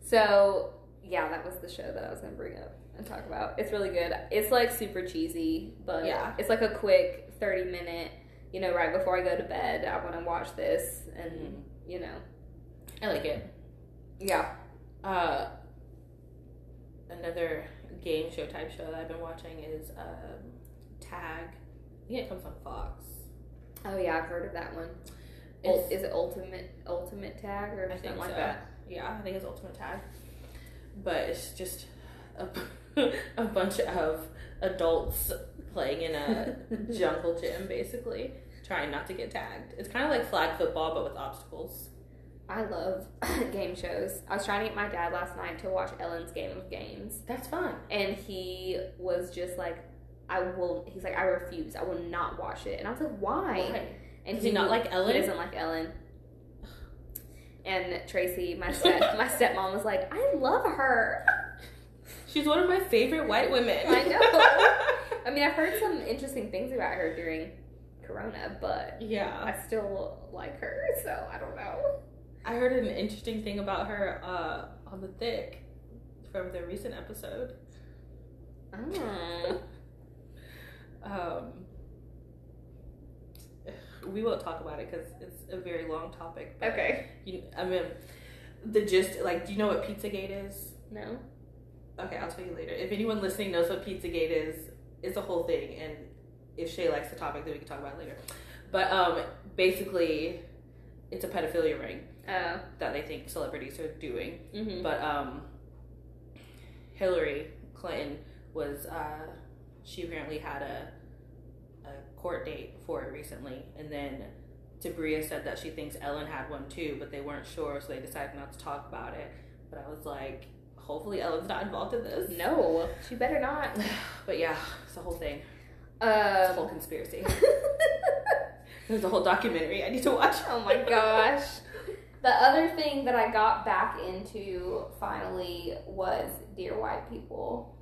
so yeah, that was the show that I was gonna bring up and talk about. It's really good. It's like super cheesy, but
Yeah.
it's like a quick thirty minute. You know, right before I go to bed, I want to watch this, and
Mm-hmm.
you know,
I like it.
yeah.
Uh another game show type show that I've been watching is um Tag. I think it comes on Fox.
Oh yeah, I've heard of that one.
It's-
Is, is it ultimate ultimate tag or
I
something
think
like
so.
that?
Yeah, I think it's Ultimate Tag. But it's just a, a bunch of adults playing in a jungle gym, basically, trying not to get tagged. It's kind of like flag football, but with obstacles.
I love game shows. I was trying to get my dad last night to watch Ellen's Game of Games.
That's fun.
and he was just like i will he's like i refuse i will not watch it and i was like why, and
Does he not like Ellen?
he doesn't like ellen and tracy my step my stepmom was like i love her
She's one of my favorite white women.
I know. i mean i've heard some interesting things about her during corona but
yeah.
i still like her so i don't know
I heard an interesting thing about her uh, on The Thick from the recent episode.
oh.
Ah. Um, we won't talk about it because it's a very long topic. but-
okay
You, I mean, the gist, like, do you know what Pizzagate is?
no
Okay, I'll tell you later. If anyone listening knows what Pizzagate is, it's a whole thing. And if Shay likes the topic, then we can talk about it later. But um, basically, it's a pedophilia ring
Oh.
that they think celebrities are doing.
Mm-hmm.
But um, Hillary Clinton was uh, she apparently had a a court date for it recently, and then Tabria said that she thinks Ellen had one too, but they weren't sure, so they decided not to talk about it. But I was like, hopefully Ellen's not involved in this.
No, she better not.
But yeah, it's a whole thing. It's a whole
Um,
conspiracy. There's a whole documentary I need to watch.
oh my gosh. The other thing that I got back into finally was Dear White People.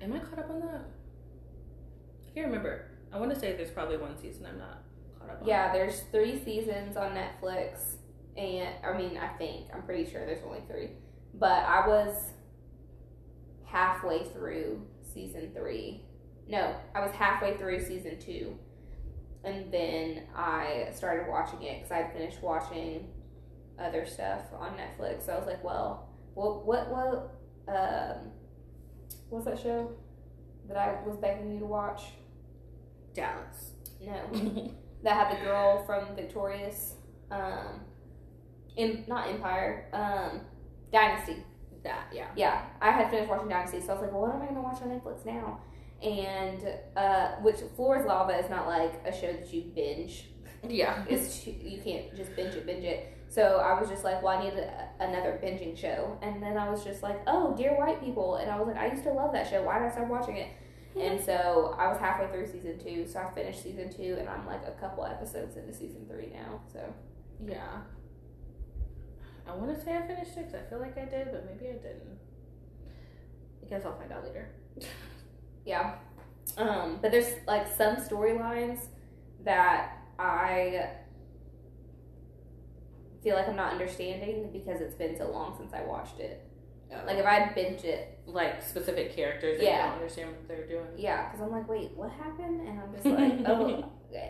Am I caught up on that? I can't remember. I want to say there's probably one season I'm not caught up on.
Yeah, there's three seasons on Netflix, and I mean, I think I'm pretty sure there's only three, but I was halfway through season three. No, I was halfway through season two, and then I started watching it because I had finished watching other stuff on Netflix. So I was like, well, what, what, what, um, what's that show that I was begging you to watch?
Dallas.
No
oh,
that had the girl from Victorious, um, in not Empire, um, Dynasty.
That, yeah.
Yeah, I had finished watching Dynasty, so I was like, well, what am I gonna watch on Netflix now? And uh, which Floor's Lava is not like a show that you binge.
Yeah.
It's too, you can't just binge it, binge it. So I was just like, well, I need a, another binging show. And then I was just like, oh, Dear White People, and I was like, I used to love that show. Why did I stop watching it? And so I was halfway through season two, so I finished season two, and I'm like a couple episodes into season three now. So
yeah. I want to say I finished it 'cause I feel like I did, but maybe I didn't. I guess I'll find out later.
yeah, um, but there's like some storylines that I feel like I'm not understanding because it's been so long since I watched it.
Oh.
Like if I had binged it,
like specific characters, that
Yeah.
you don't understand what they're doing.
yeah, because I'm like, wait, what happened? And I'm just like, oh,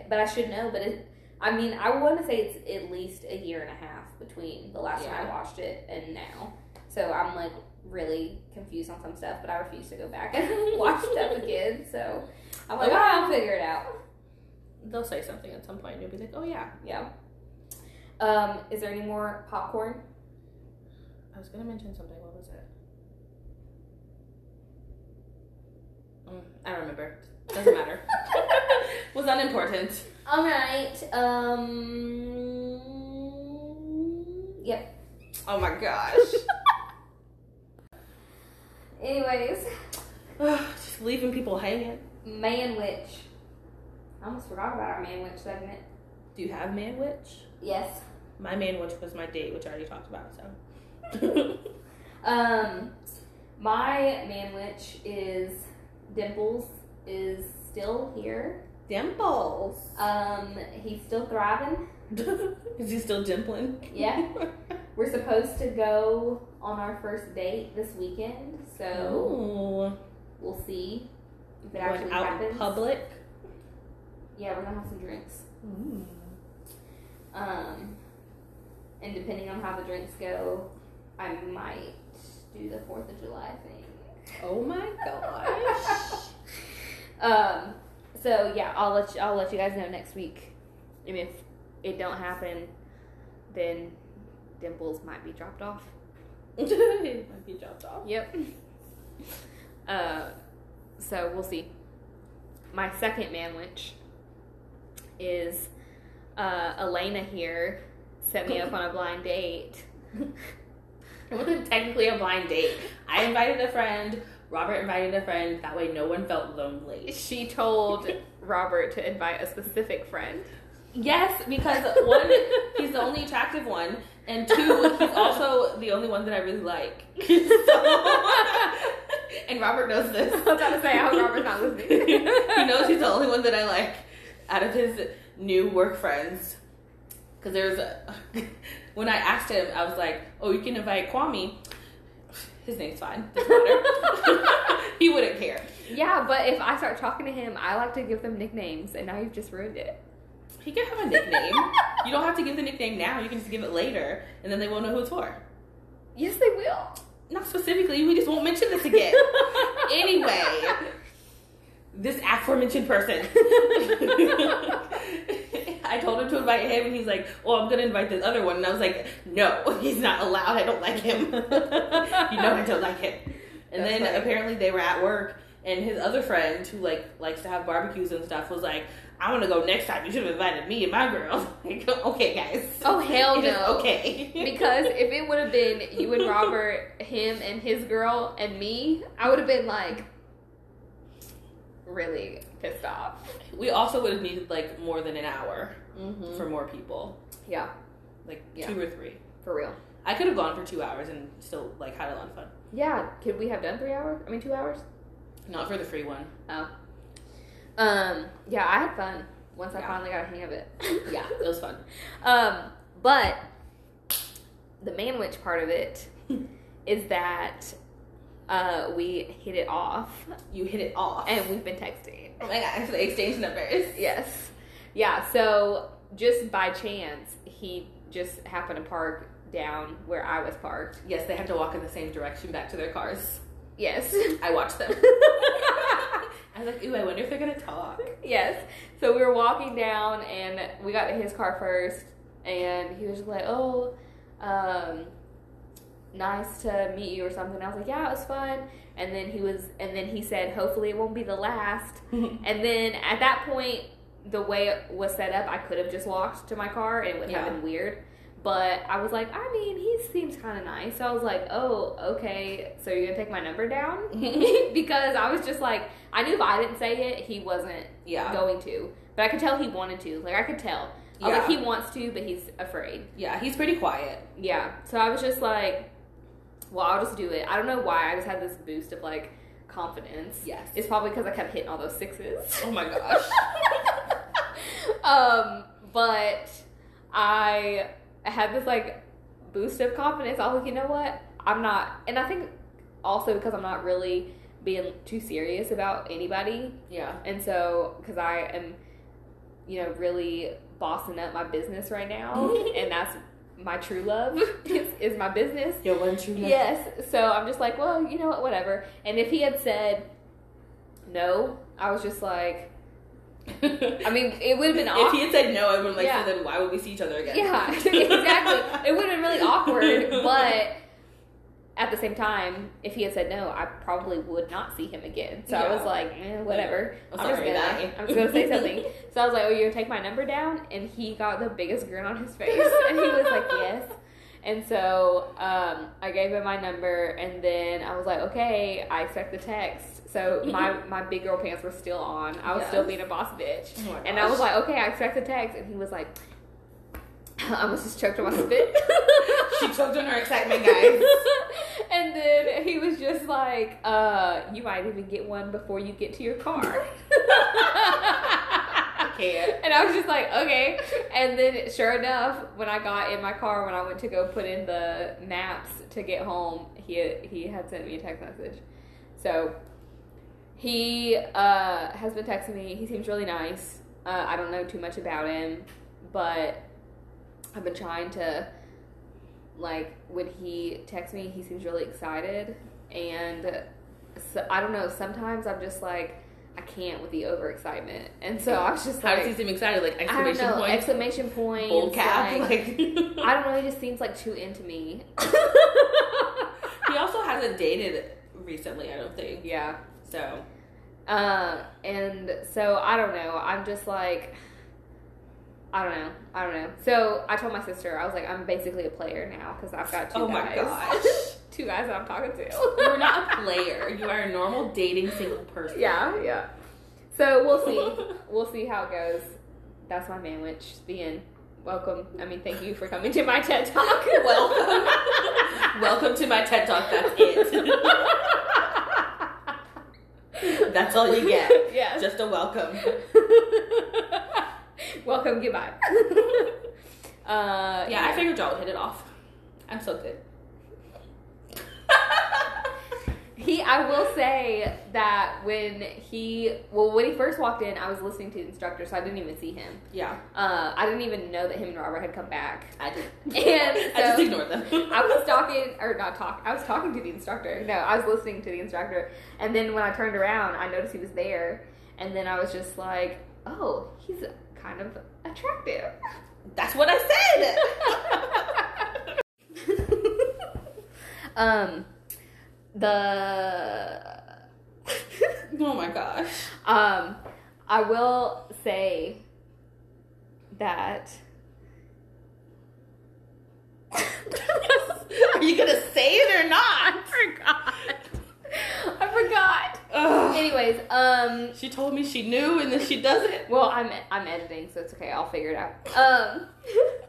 but I should know. But it, I mean, I want to say it's at least a year and a half between the last time I
Yeah.
watched it and now. So I'm like really confused on some stuff, but I refuse to go back and watch stuff again. So I'm like, ah, I'll figure it out.
They'll say something at some point, and you'll be like, "Oh yeah."
Yeah. Um, is there any more popcorn?
I was gonna mention something. What was it? Mm, I don't remember. Doesn't matter. was unimportant.
All right. Um. Yep.
Oh my gosh.
Anyways,
Just leaving people hanging.
man witch. I almost forgot about our man witch segment.
Do you have man witch?
Yes.
My man witch was my date, which I already talked about. So.
Um, my man witch is Dimples is still here.
Dimples.
Um, he's still thriving.
Is he still dimpling?
Yeah. We're supposed to go on our first date this weekend, so
Oh.
we'll see if it actually
Going out in
happens.
public.
Yeah, we're gonna have some drinks.
Mm.
Um, and depending on how the drinks go, I might do the Fourth of July thing.
Oh my gosh.
Um. So yeah, I'll let you, I'll let you guys know next week. And if it don't happen, then Dimples might be dropped off.
it might be dropped off.
Yep. Uh, so we'll see. My second man witch is uh, Elena here set me up on a blind date.
It wasn't technically a blind date. I invited a friend. Robert invited a friend. That way, no one felt lonely.
She told Robert to invite a specific friend.
Yes, because one, he's the only attractive one, and two, he's also the only one that I really like. So- and Robert knows this.
I was about to say, I hope Robert's not listening.
he knows he's the only one that I like out of his new work friends. Because there's a, when I asked him, I was like, "Oh, you can invite Kwame. His name's fine. Doesn't matter. he wouldn't care.
Yeah, but if I start talking to him, I like to give them nicknames, and now you've just ruined it.
He can have a nickname. you don't have to give the nickname now. You can just give it later, and then they won't know who it's for.
Yes, they will.
Not specifically. We just won't mention this again. anyway, this aforementioned person. I I told him to invite him, and he's like, "Oh, I'm gonna invite this other one." And I was like, "No, he's not allowed. I don't like him. you know, I don't like him." And
That's
then
funny.
apparently they were at work, and his other friend, who like likes to have barbecues and stuff, was like, "I want to go next time. You should have invited me and my girls." Like, okay, guys.
Oh, hell
It is
no.
okay.
Because if it would have been you and Robert, him and his girl, and me, I would have been like really pissed off.
we also would have needed like more than an hour
Mm-hmm.
for more people,
Yeah,
like
Yeah.
two or three.
for real.
I could have gone for two hours and still like had a lot of fun.
Yeah, could we have done three hours? I mean, two hours?
Not for the free one.
Oh. Um. Yeah, I had fun once I
Yeah.
finally got a hang of it.
Yeah, it was fun.
Um, but the man witch part of it is that uh, we hit it off
You hit it off.
and we've been texting.
oh my gosh, the exchange numbers.
Yes. Yeah, so just by chance, he just happened to park down where I was parked.
Yes, they have to walk in the same direction back to their cars.
Yes.
I watched them. I was like, ooh, I wonder if they're gonna talk.
yes. So we were walking down and we got to his car first, and he was just like, oh, um, nice to meet you or something. I was like, yeah, it was fun. And then he was, and then he said, hopefully it won't be the last. And then at that point, the way it was set up, I could have just walked to my car and it would have
Yeah.
been weird. But I was like, I mean, he seems kind of nice. So I was like, oh, okay. So you're going to take my number down? because I was just like, I knew if I didn't say it, he wasn't
yeah,
going to. But I could tell he wanted to. Like, I could tell. I was
Yeah.
like, he wants to, but he's afraid.
yeah, he's pretty quiet.
Yeah. So I was just like, well, I'll just do it. I don't know why. I just had this boost of like confidence.
Yes.
It's probably because I kept hitting all those sixes.
oh my gosh.
um, but I had this like boost of confidence. I was like, you know what? I'm not, and I think also because I'm not really being too serious about anybody,
Yeah.
and so because I am, you know, really bossing up my business right now, and that's my true love is, is my business.
Yo, one true
Yes. So I'm just like, well, you know what, whatever. And if he had said no, I was just like, I mean, it would have been
If
awkward.
he had said no, I would have been like,
Yeah.
so then why would we see each other again?
yeah, exactly. It would have been really awkward, but at the same time, if he had said no, I probably would not see him again. So I was
Yeah.
like, eh, whatever.
I'm
I'm just
Oh, sorry,
gonna,
bye.
I'm just gonna say something. So I was like, "Oh, you're gonna take my number down?" And he got the biggest grin on his face, and he was like, "Yes." And so um, I gave him my number, and then I was like, "Okay, I expect the text." So my my big girl pants were still on. I was still
Yes.
being a boss bitch,
Oh my
and I was
gosh.
like, "Okay, I expect the text," and he was like. I was just choked on my spit.
she choked on her excitement, guys.
and then he was just like, uh, you might even get one before you get to your car.
I can't.
And I was just like, okay. And then, sure enough, when I got in my car, when I went to go put in the maps to get home, he he had sent me a text message. So he uh, has been texting me. He seems really nice. Uh, I don't know too much about him, but I've been trying to like when he texts me, he seems really excited, and so, I don't know. Sometimes I'm just like. I can't with the overexcitement, and so I was just
How
like,
does he seem excited? Like
I don't
exclamation
know.
point,
Exclamation point.
bold cap.
Like,
Like,
I don't know. He just seems like too into me.
he also hasn't dated recently. I don't think
yeah.
so.
Um. And so I don't know. I'm just like, I don't know. I don't know. So I told my sister I was like, I'm basically a player now because I've got two
Oh my
guys.
gosh.
two guys that I'm talking to.
You're not a player. You are a normal dating single person.
Yeah. Yeah. So we'll see. we'll see how it goes. That's my man, which the end. Welcome. I mean, thank you for coming to my TED Talk.
Welcome. Welcome to my TED Talk. That's it. That's all you get.
Yes.
Just a welcome.
Welcome, goodbye. uh,
Yeah, I figured y'all would hit it off. I'm so good.
he. I will say that when he, well, when he first walked in, I was listening to the instructor, so I didn't even see him.
yeah,
Uh, I didn't even know that him and Robert had come back.
I did.
And
I just
so-
ignored them.
I was talking, or not talk. I was talking to the instructor. No, I was listening to the instructor, and then when I turned around, I noticed he was there, and then I was just like, "Oh, he's kind of a attractive.
That's what I said.
Um, the
oh my gosh.
um, I will say that.
Are you gonna say it or not?
I forgot.
Ugh.
Anyways, um,
She told me she knew and then she doesn't.
Well, I'm I'm editing, so it's okay. I'll figure it out. Um.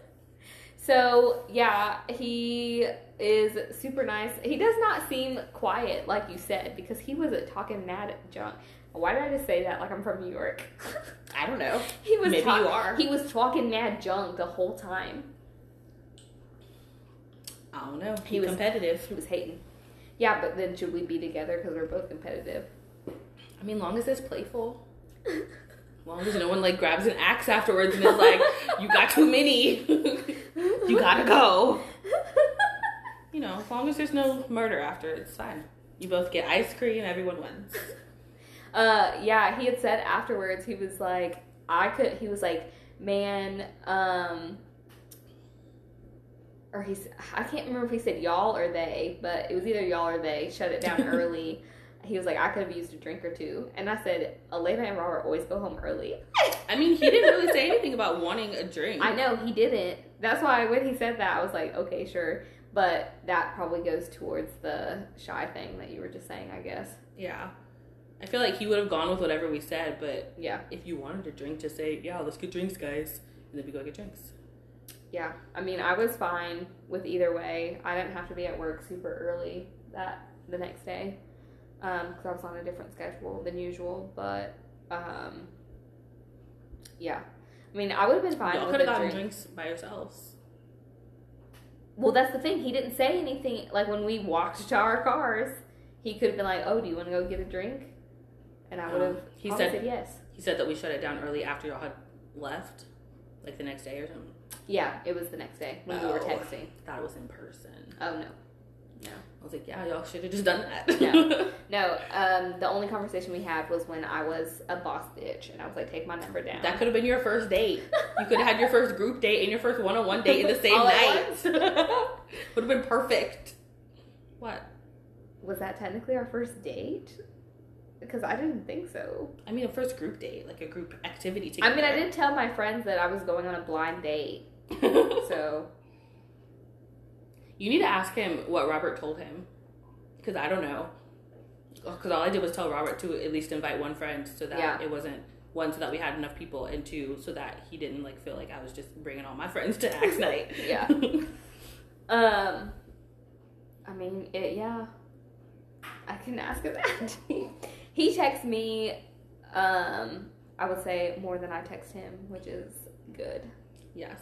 so yeah, he is super nice. He does not seem quiet like you said because he was a talking mad junk. Why did I just say that? Like I'm from New York.
I don't know.
he was
Maybe
talk-
you are.
He was talking mad junk the whole time.
I don't know.
He
Be
was-
competitive.
He was hating. Yeah, but then should we be together because we're both competitive?
I mean, long as it's playful. Long as no one like grabs an axe afterwards and is like, "You got too many. you gotta go." You know, as long as there's no murder after, it's fine. You both get ice cream. Everyone wins.
Uh, yeah, he had said afterwards, he was like, I could, he was like, man, um, or he's, I can't remember if he said y'all or they, but it was either y'all or they, shut it down early. He was like, I could have used a drink or two. And I said, Elena and Robert always go home early.
I mean, he didn't really say anything about wanting a drink.
I know he didn't. That's why when he said that, I was like, okay, sure. But that probably goes towards the shy thing that you were just saying, I guess.
Yeah. I feel like he would have gone with whatever we said, but
Yeah.
if you wanted a drink, just say, yeah, let's get drinks, guys. And then we go get drinks.
Yeah, I mean, I was fine with either way. I didn't have to be at work super early that the next day because I was on a different schedule than usual. But um, yeah, I mean, I would have been fine
Y'all
with
could
a
have gotten
drink.
drinks by yourselves.
Well, that's the thing. He didn't say anything. Like when we walked to our cars, he could have been like, "Oh, do you want to go get a drink?" And I would have.
Um, he
probably
said-
yes.
He said that we shut it down early after y'all had left, like the next day or something.
Yeah, it was the next day when we were
Oh.
texting.
Thought it was in person.
Oh no.
I was like, yeah, y'all should have just done that.
No. No, um, the only conversation we had was when I was a boss bitch and I was like, take my number down.
that could have been your first date. You could have had your first group date and your first one on one date in the same
All
night.
at
would have been perfect. What?
was that technically our first date? Because I didn't think so.
I mean, a first group date, like a group activity
I
together.
mean, I did tell my friends that I was going on a blind date.
didn't.
So,
you need to ask him what Robert told him, because I don't know. Because all I did was tell Robert to at least invite one friend, so that
Yeah.
it wasn't one, so that we had enough people, and two, so that he didn't like feel like I was just bringing all my friends to Axe Night.
Yeah. um, I mean, it, yeah. I can ask him that. he texts me, um, I would say more than I text him, which is good.
yes.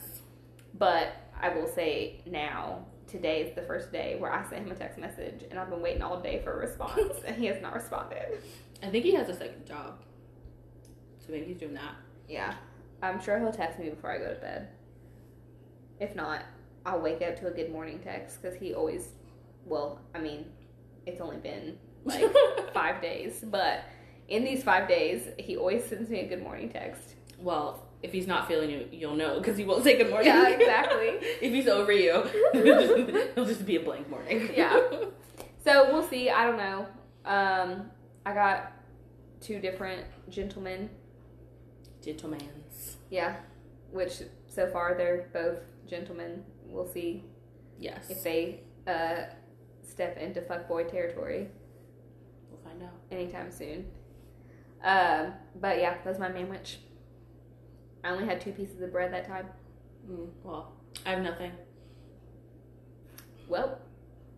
But I will say now, today is the first day where I sent him a text message, and I've been waiting all day for a response, and he has not responded.
I think he has a second job, so maybe he's doing that.
Yeah, I'm sure he'll text me before I go to bed. If not, I'll wake up to a good morning text because he always, well, I mean, it's only been like five days, but in these five days, he always sends me a good morning text.
well, if he's not feeling you, you'll know because he won't say good morning.
Yeah, exactly.
if he's over you, it'll just be a blank morning.
Yeah. So we'll see. I don't know. Um, I got two different gentlemen.
Gentleman's.
Yeah, which so far they're both gentlemen. We'll see
Yes.
if they uh, step into fuckboy territory
We'll find out.
anytime soon. Um, but yeah, that's my manwich. I only had two pieces of bread that time.
Mm, well, I have nothing.
Well,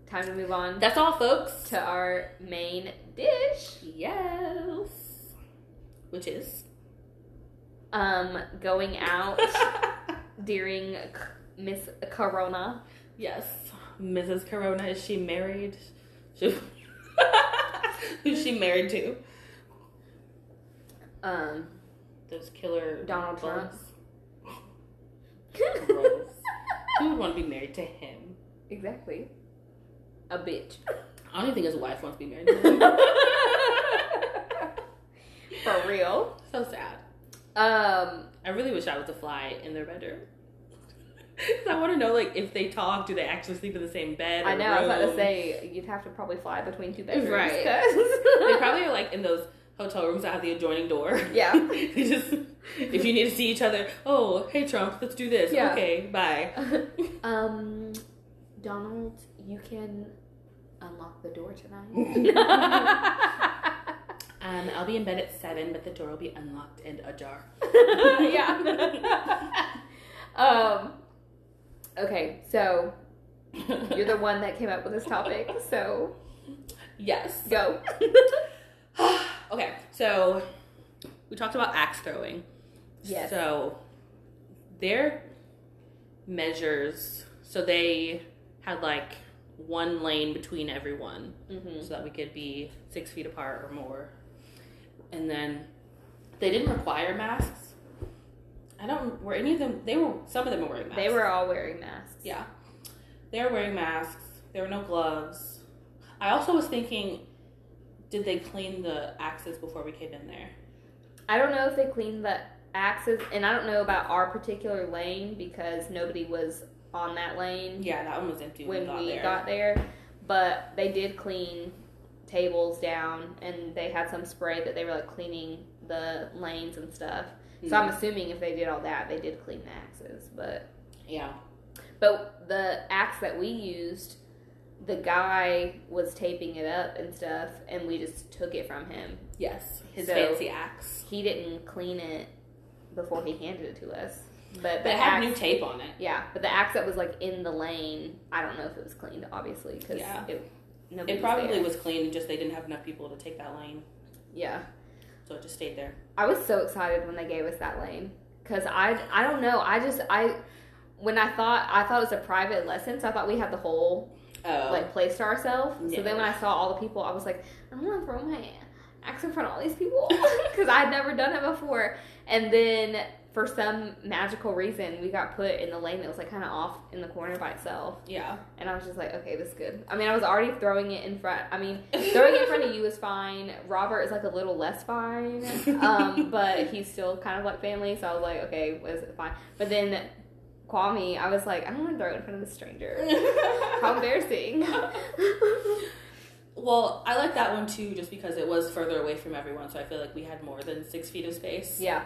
time to move on
That's all, folks.
to our main dish.
Yes. Which is?
Um, going out during c- Miss Corona.
yes. Mrs. Corona, is she married? She- Who's she married to?
Um,
Those killer
Donald Trump.
bugs. Gross. Who would want to be married to him?
exactly. A bitch.
I don't even think his wife wants to be married to him.
For real.
so sad.
Um,
I really wish I was a fly in their bedroom. 'Cause I want to know, like, if they talk, do they actually sleep in the same bed?
I
or
know. I was about to
room?
say you'd have to probably fly between two bedrooms.
Right.
'cause-
They probably are like in those hotel rooms that have the adjoining door.
Yeah.
they just, if you need to see each other, oh, hey Trump, let's do this.
Yeah.
Okay, bye.
um, Donald, you can unlock the door tonight.
tonight. Um, I'll be in bed at seven, but the door will be unlocked and ajar.
yeah. um. Okay, so you're the one that came up with this topic, so
yes.
go.
okay, so we talked about axe throwing.
Yes.
So their measures, so they had like one lane between everyone
mm-hmm.
so that we could be six feet apart or more. And then they didn't require masks. I don't, were any of them, they were, some of them were wearing masks.
They were all wearing masks.
Yeah. They were wearing masks. There were no gloves. I also was thinking, did they clean the axes before we came in there?
I don't know if they cleaned the axes, and I don't know about our particular lane because nobody was on that lane
Yeah, that one was empty when,
Mm-hmm. when
we got there.
got there. But they did clean tables down, and they had some spray that they were like cleaning the lanes and stuff.
Mm-hmm. Hmm.
So I'm assuming if they did all that, they did clean the axes. But
yeah.
but the axe that we used, the guy was taping it up and stuff, and we just took it from him.
Yes. His
So-
fancy axe.
He didn't clean it before he handed it to us. But
But
the
it had
axe,
new tape on it.
yeah, but the axe that was like in the lane, I don't know if it was cleaned, obviously, because
Yeah.
it nobody
It probably was clean, just they didn't have enough people to take that lane.
yeah.
So it just stayed there.
I was so excited when they gave us that lane because I I don't know I just I when I thought I thought it was a private lesson so I thought we had the whole
Oh.
like place to ourselves. So then when
Yeah.
I saw all the people I was like I'm gonna throw my axe in front of all these people because I had never done it before. And then for some magical reason we got put in the lane that was like kind of off in the corner by itself.
yeah.
And I was just like okay this is good. I mean I was already throwing it in front. I mean Throwing it in front of you is fine. Robert is like a little less fine, um, but he's still kind of like family. So I was like, okay, was it fine? But then Kwame, I was like, I don't want to throw it in front of a stranger. How embarrassing!
Well, I like that one too, just because it was further away from everyone, so I feel like we had more than six feet of space.
yeah,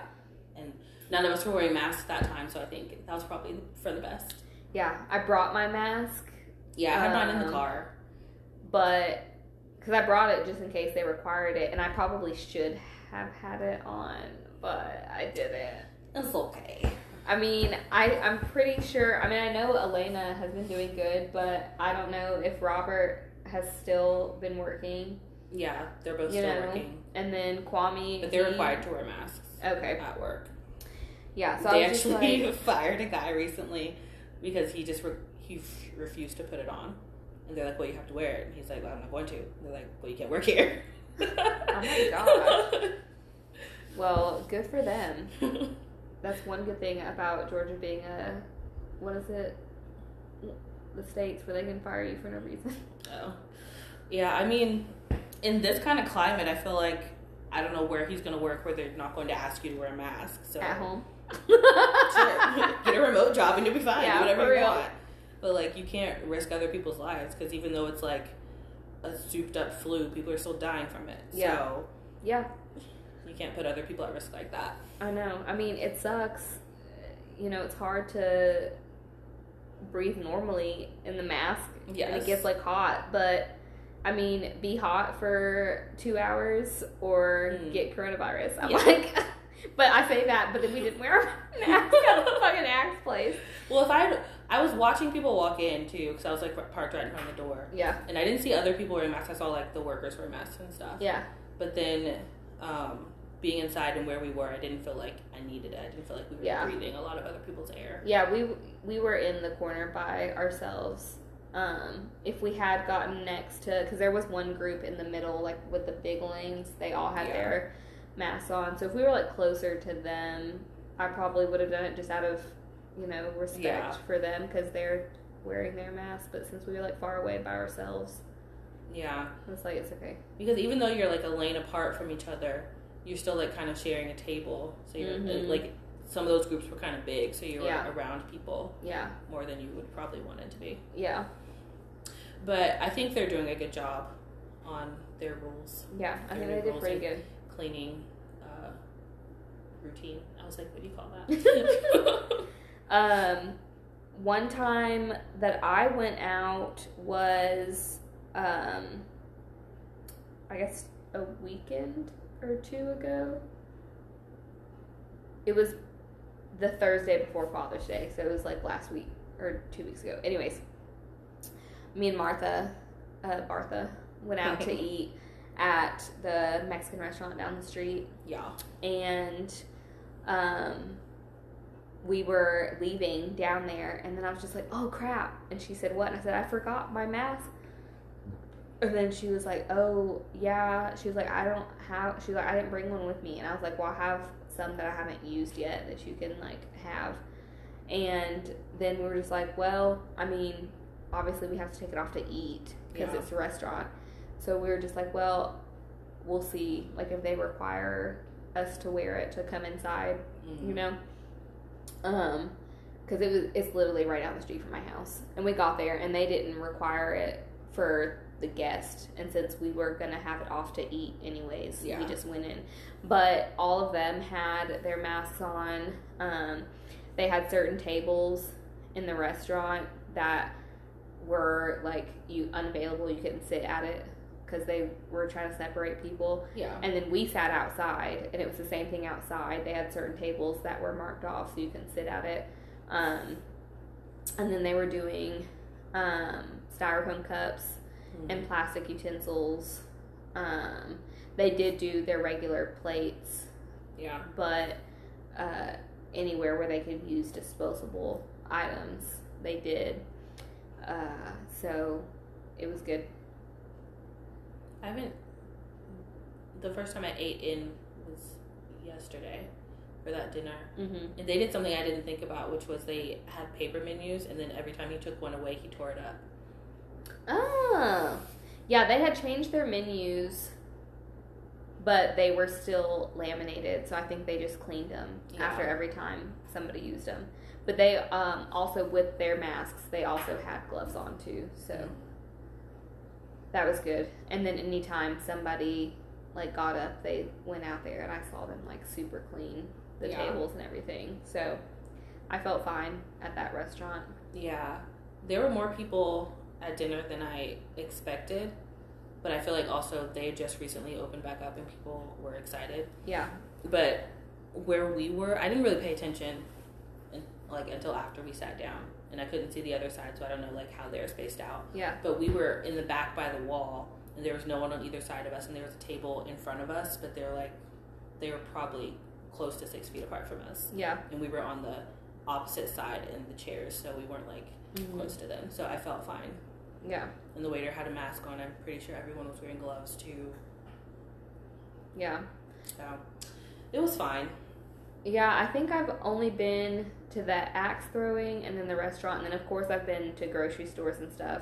And none of us were wearing masks that time, so I think that was probably for the best.
yeah. I brought my mask,
Yeah, I had mine in the
Um,
car.
but because I brought it just in case they required it, and I probably should have had it on, but I didn't.
It's okay.
I mean, I, I'm pretty sure. I mean, I know Elena has been doing good, but I don't know if Robert has still been working.
Yeah, they're both
You
still
know,
working,
And then Kwame.
but they're
he-
required to wear masks
Okay.
at work.
Yeah. So
they
I was
actually
just like,
fired a guy recently because he just re- he f- refused to put it on, and they're like, "Well, you have to wear it," and he's like, "Well, I'm not going to." And they're like, "Well, you can't work here." oh
my well, good for them.
gosh.
That's one good thing about Georgia being a, what is it? The states where they can fire you for no reason.
Oh. Yeah, I mean, in this kind of climate, I feel like I don't know where he's going to work where they're not going to ask you to wear a mask. So
At home.
Sure, get a remote job and you'll be fine.
Yeah,
do whatever
for
you
real.
want. But like, you can't risk other people's lives because even though it's like a souped up flu, people are still dying from it.
Yeah.
So
yeah.
you can't put other people at risk like that.
I know. I mean, it sucks. You know, it's hard to breathe normally in the mask, and
Yes.
it gets like hot. But I mean, be hot for two hours or
Mm.
get coronavirus. I'm
Yeah.
like, but I say that, but then we didn't wear a mask at the fucking axe place.
Well, if I I was watching people walk in too because I was like parked right in front of the door.
Yeah,
And I didn't see other people wearing masks. I saw like the workers wearing masks and stuff.
yeah,
But then, um, being inside and where we were, I didn't feel like I needed it. I didn't feel like we were
Yeah.
breathing a lot of other people's air.
yeah. We we were in the corner by ourselves. Um, if we had gotten next to, because there was one group in the middle, like with the big lanes, they all had
Yeah.
their masks on. So if we were like closer to them, I probably would have done it just out of, you know, respect
Yeah.
for them because they're wearing their masks. But since we were like far away by ourselves,
Yeah,
it's like it's okay.
because even though you're like a lane apart from each other, you're still like kind of sharing a table. So you're
Mhm.
like some of those groups were kind of big, so you were
Yeah.
around people
Yeah.
more than you would probably want it to be.
Yeah.
But I think they're doing a good job on their rules,
Yeah. I think
Every
they did
girl's
pretty
in-
good.
cleaning uh, routine. I was like, what do you call that?
Um, one time that I went out was, um, I guess a weekend or two ago. It was the Thursday before Father's Day, so it was like last week or two weeks ago. Anyways, me and Martha, uh, Bartha, went out to eat at the Mexican restaurant down the street
yeah.
and um, we were leaving down there, and then I was just like, "Oh crap!" And she said, "What?" And I said, "I forgot my mask." And then she was like, "Oh yeah." She was like, "I don't have." She was like, "I didn't bring one with me," and I was like, "Well, I have some that I haven't used yet that you can like have." And then we were just like, "Well, I mean, obviously we have to take it off to eat because
Yeah.
it's a restaurant." So we were just like, "Well, we'll see. Like if they require us to wear it to come inside,
Mm.
you know. Um, because it was it's literally right down the street from my house, and we got there and they didn't require it for the guest, and since we were gonna have it off to eat anyways,
Yeah.
we just went in. But all of them had their masks on. Um, they had certain tables in the restaurant that were like you unavailable. You couldn't sit at it because they were trying to separate people.
Mm-hmm. Yeah.
And then we sat outside, and it was the same thing outside. They had certain tables that were marked off so you can sit at it. Um, and then they were doing um, styrofoam cups
Mm.
and plastic utensils. Um, they did do their regular plates,
Yeah.
but uh, anywhere where they could use disposable items, they did. Uh, so it was good.
I haven't. The first time I ate in was yesterday for that dinner.
Mm-hmm.
And they did something I didn't think about, which was they had paper menus, and then every time he took one away, he tore it up.
Oh. Yeah, they had changed their menus, but they were still laminated, so I think they just cleaned them
Yeah.
after every time somebody used them. But they um, also, with their masks, they also had gloves on too,
Mm-hmm.
so that was good. And then anytime somebody like got up, they went out there, and I saw them like super clean the
Yeah.
tables and everything. So I felt fine at that restaurant.
Yeah. There were more people at dinner than I expected, but I feel like also they just recently opened back up and people were excited.
Yeah,
But where we were, I didn't really pay attention and, like until after we sat down, and I couldn't see the other side, so I don't know like how they're spaced out.
yeah,
But we were in the back by the wall, and there was no one on either side of us, and there was a table in front of us, but they're like, they were probably close to six feet apart from us,
yeah.
and we were on the opposite side in the chairs, so we weren't like close to them. So I felt fine.
Yeah,
And the waiter had a mask on. I'm pretty sure everyone was wearing gloves too.
yeah.
So it was fine.
Yeah, I think I've only been to the axe throwing and then the restaurant, and then of course I've been to grocery stores and stuff.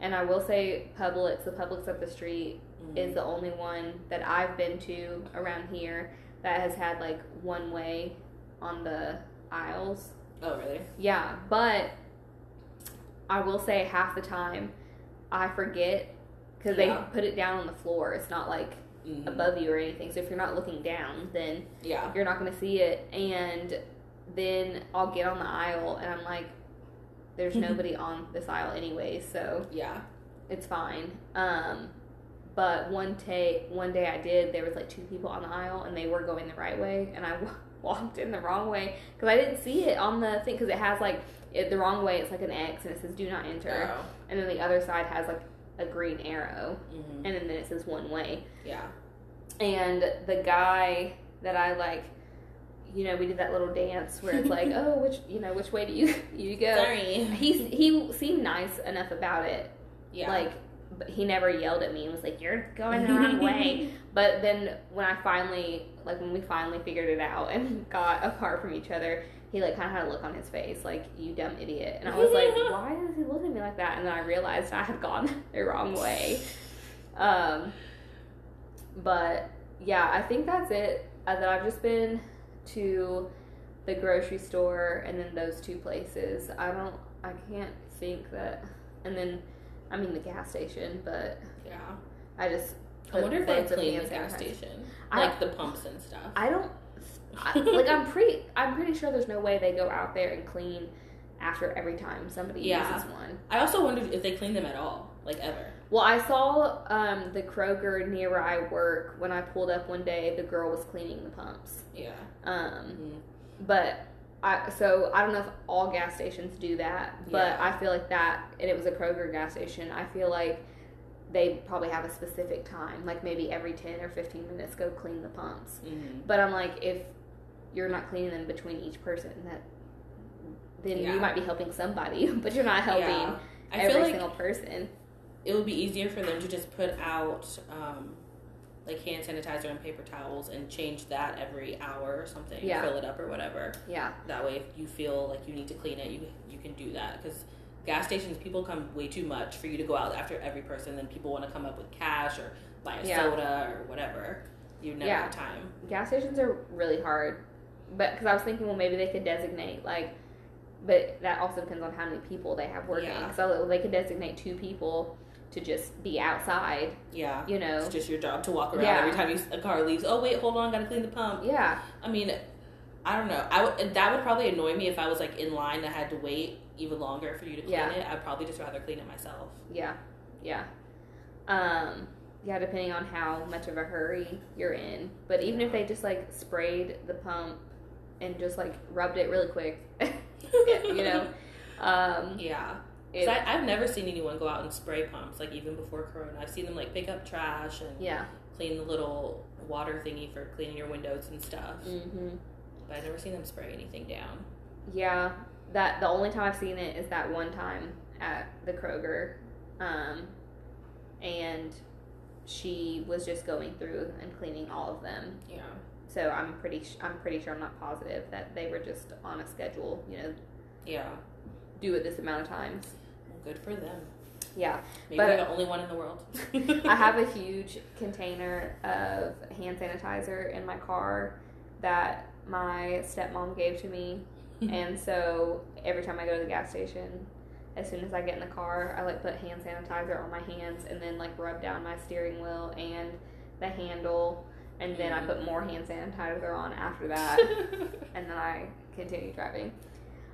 And I will say Publix, the Publix up the street,
Mm.
is the only one that I've been to around here that has had like one way on the aisles.
oh really?
Yeah, but I will say half the time I forget because
Yeah.
they put it down on the floor. It's not like
Mhm.
above you or anything. So if you're not looking down, then
Yeah.
you're not going to see it. And then I'll get on the aisle and I'm like, there's nobody on this aisle anyway, so
Yeah.
it's fine. Um, but one day, one day I did. There was like two people on the aisle, and they were going the right way, and I wa- walked in the wrong way because I didn't see it on the thing because it has like it, the wrong way. It's like an X, and it says "Do not enter,"
Oh.
and then the other side has like a green arrow,
Mhm.
and then it says one way
Yeah.
and the guy that I like, you know, we did that little dance where it's like, oh, which you know, which way do you you go?
Sorry.
He he seemed nice enough about it,
Yeah.
like, but he never yelled at me and was like, you're going the wrong way. But then when I finally, like, when we finally figured it out and got apart from each other. He like kind of had a look on his face, like you dumb idiot, and I was like, why does he look at me like that? And then I realized I had gone the wrong way. Um, but yeah, I think that's it. Uh, that I've just been to the grocery store and then those two places. I don't. I can't think that. And then, I mean the gas station, but
Yeah.
I just.
I wonder if they
loads of
clean the
hand
gas
sanitizer.
station,
I-
like the pumps and stuff.
I don't. I, like I'm pretty. I'm pretty sure there's no way they go out there and clean after every time somebody
Yeah.
uses one.
I also wondered if they clean them at all, like ever.
Well, I saw um, the Kroger near where I work when I pulled up one day. The girl was cleaning the pumps.
Yeah.
Um,
Mhm.
but I so I don't know if all gas stations do that, but
Yeah.
I feel like that, and it was a Kroger gas station. I feel like they probably have a specific time, like maybe every ten or fifteen minutes, go clean the pumps.
Mhm.
But I'm like, if you're not cleaning them between each person, that then
Yeah.
you might be helping somebody, but you're not helping
Yeah. I feel
every
like
single person.
it would be easier for them to just put out um, like hand sanitizer and paper towels and change that every hour or something.
Yeah.
Fill it up or whatever.
Yeah,
That way, if you feel like you need to clean it, you you can do that because. Gas stations, people come way too much for you to go out after every person. Then people want to come up with cash or buy a
Yeah.
soda or whatever. You never
Yeah.
have time.
gas stations are really hard, but because I was thinking, well, maybe they could designate like, but that also depends on how many people they have working.
Yeah.
So they could designate two people to just be outside,
Yeah,
you know.
it's just your job to walk around
Yeah.
every time you, s- a car leaves. Oh wait, hold on, gotta clean the pump.
Yeah,
I mean, I don't know. I would that would probably annoy me if I was like in line and had to wait even longer for you to clean
Yeah.
it. I'd probably just rather clean it myself.
yeah, yeah. Um, yeah, depending on how much of a hurry you're in. But even if they just like sprayed the pump and just like rubbed it really quick, you know, um,
Yeah. 'Cause
it,
I, I've never seen anyone go out and spray pumps like even before Corona. I've seen them like pick up trash and
yeah.
clean the little water thingy for cleaning your windows and stuff.
Mm-hmm.
But I've never seen them spray anything down.
Yeah, that the only time I've seen it is that one time at the Kroger, um, and she was just going through and cleaning all of them.
Yeah.
So I'm pretty, sh- I'm pretty sure I'm not positive that they were just on a schedule. You know,
Yeah.
do it this amount of times.
Well, good for them.
Yeah,
Maybe
But-
they're the only one in the world.
I have a huge container of hand sanitizer in my car that my stepmom gave to me and so every time I go to the gas station, as soon as I get in the car, I like put hand sanitizer on my hands and then like rub down my steering wheel and the handle, and then I put more hand sanitizer on after that, and then I continue driving.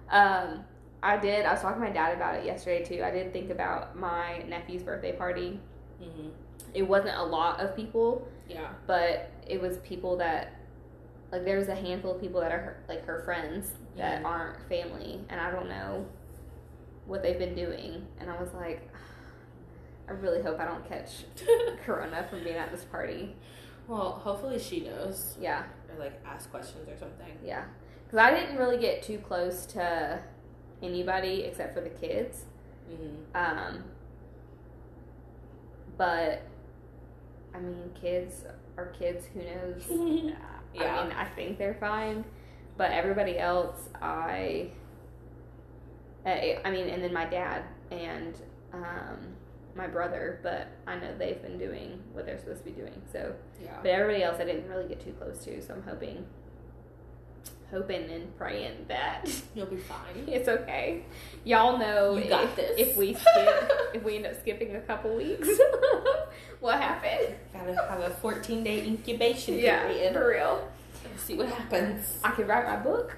Um, I did. I was talking to my dad about it yesterday too. I did think about my nephew's birthday party.
hmm
It wasn't a lot of people,
Yeah.
but it was people that like there's a handful of people that are her, like her friends that
Mhm.
aren't family and i don't know what they've been doing and i was like i really hope i don't catch corona from being at this party
well, hopefully she knows.
yeah
or like ask questions or something.
yeah because i didn't really get too close to anybody except for the kids
Mm-hmm.
um but i mean kids are kids who knows I
Yeah.
mean, I think they're fine, but everybody else, I, eh, I, I mean, and then my dad and um, my brother, but I know they've been doing what they're supposed to be doing. So,
yeah.
but everybody else, I didn't really get too close to. So I'm hoping, hoping and praying that
You'll be fine.
it's okay. Y'all know
You got
if,
this.
if we skip, if we end up skipping a couple weeks, what happened?
Gotta have a 14 day incubation
Yeah,
period.
for real.
See what happens.
I could write my book.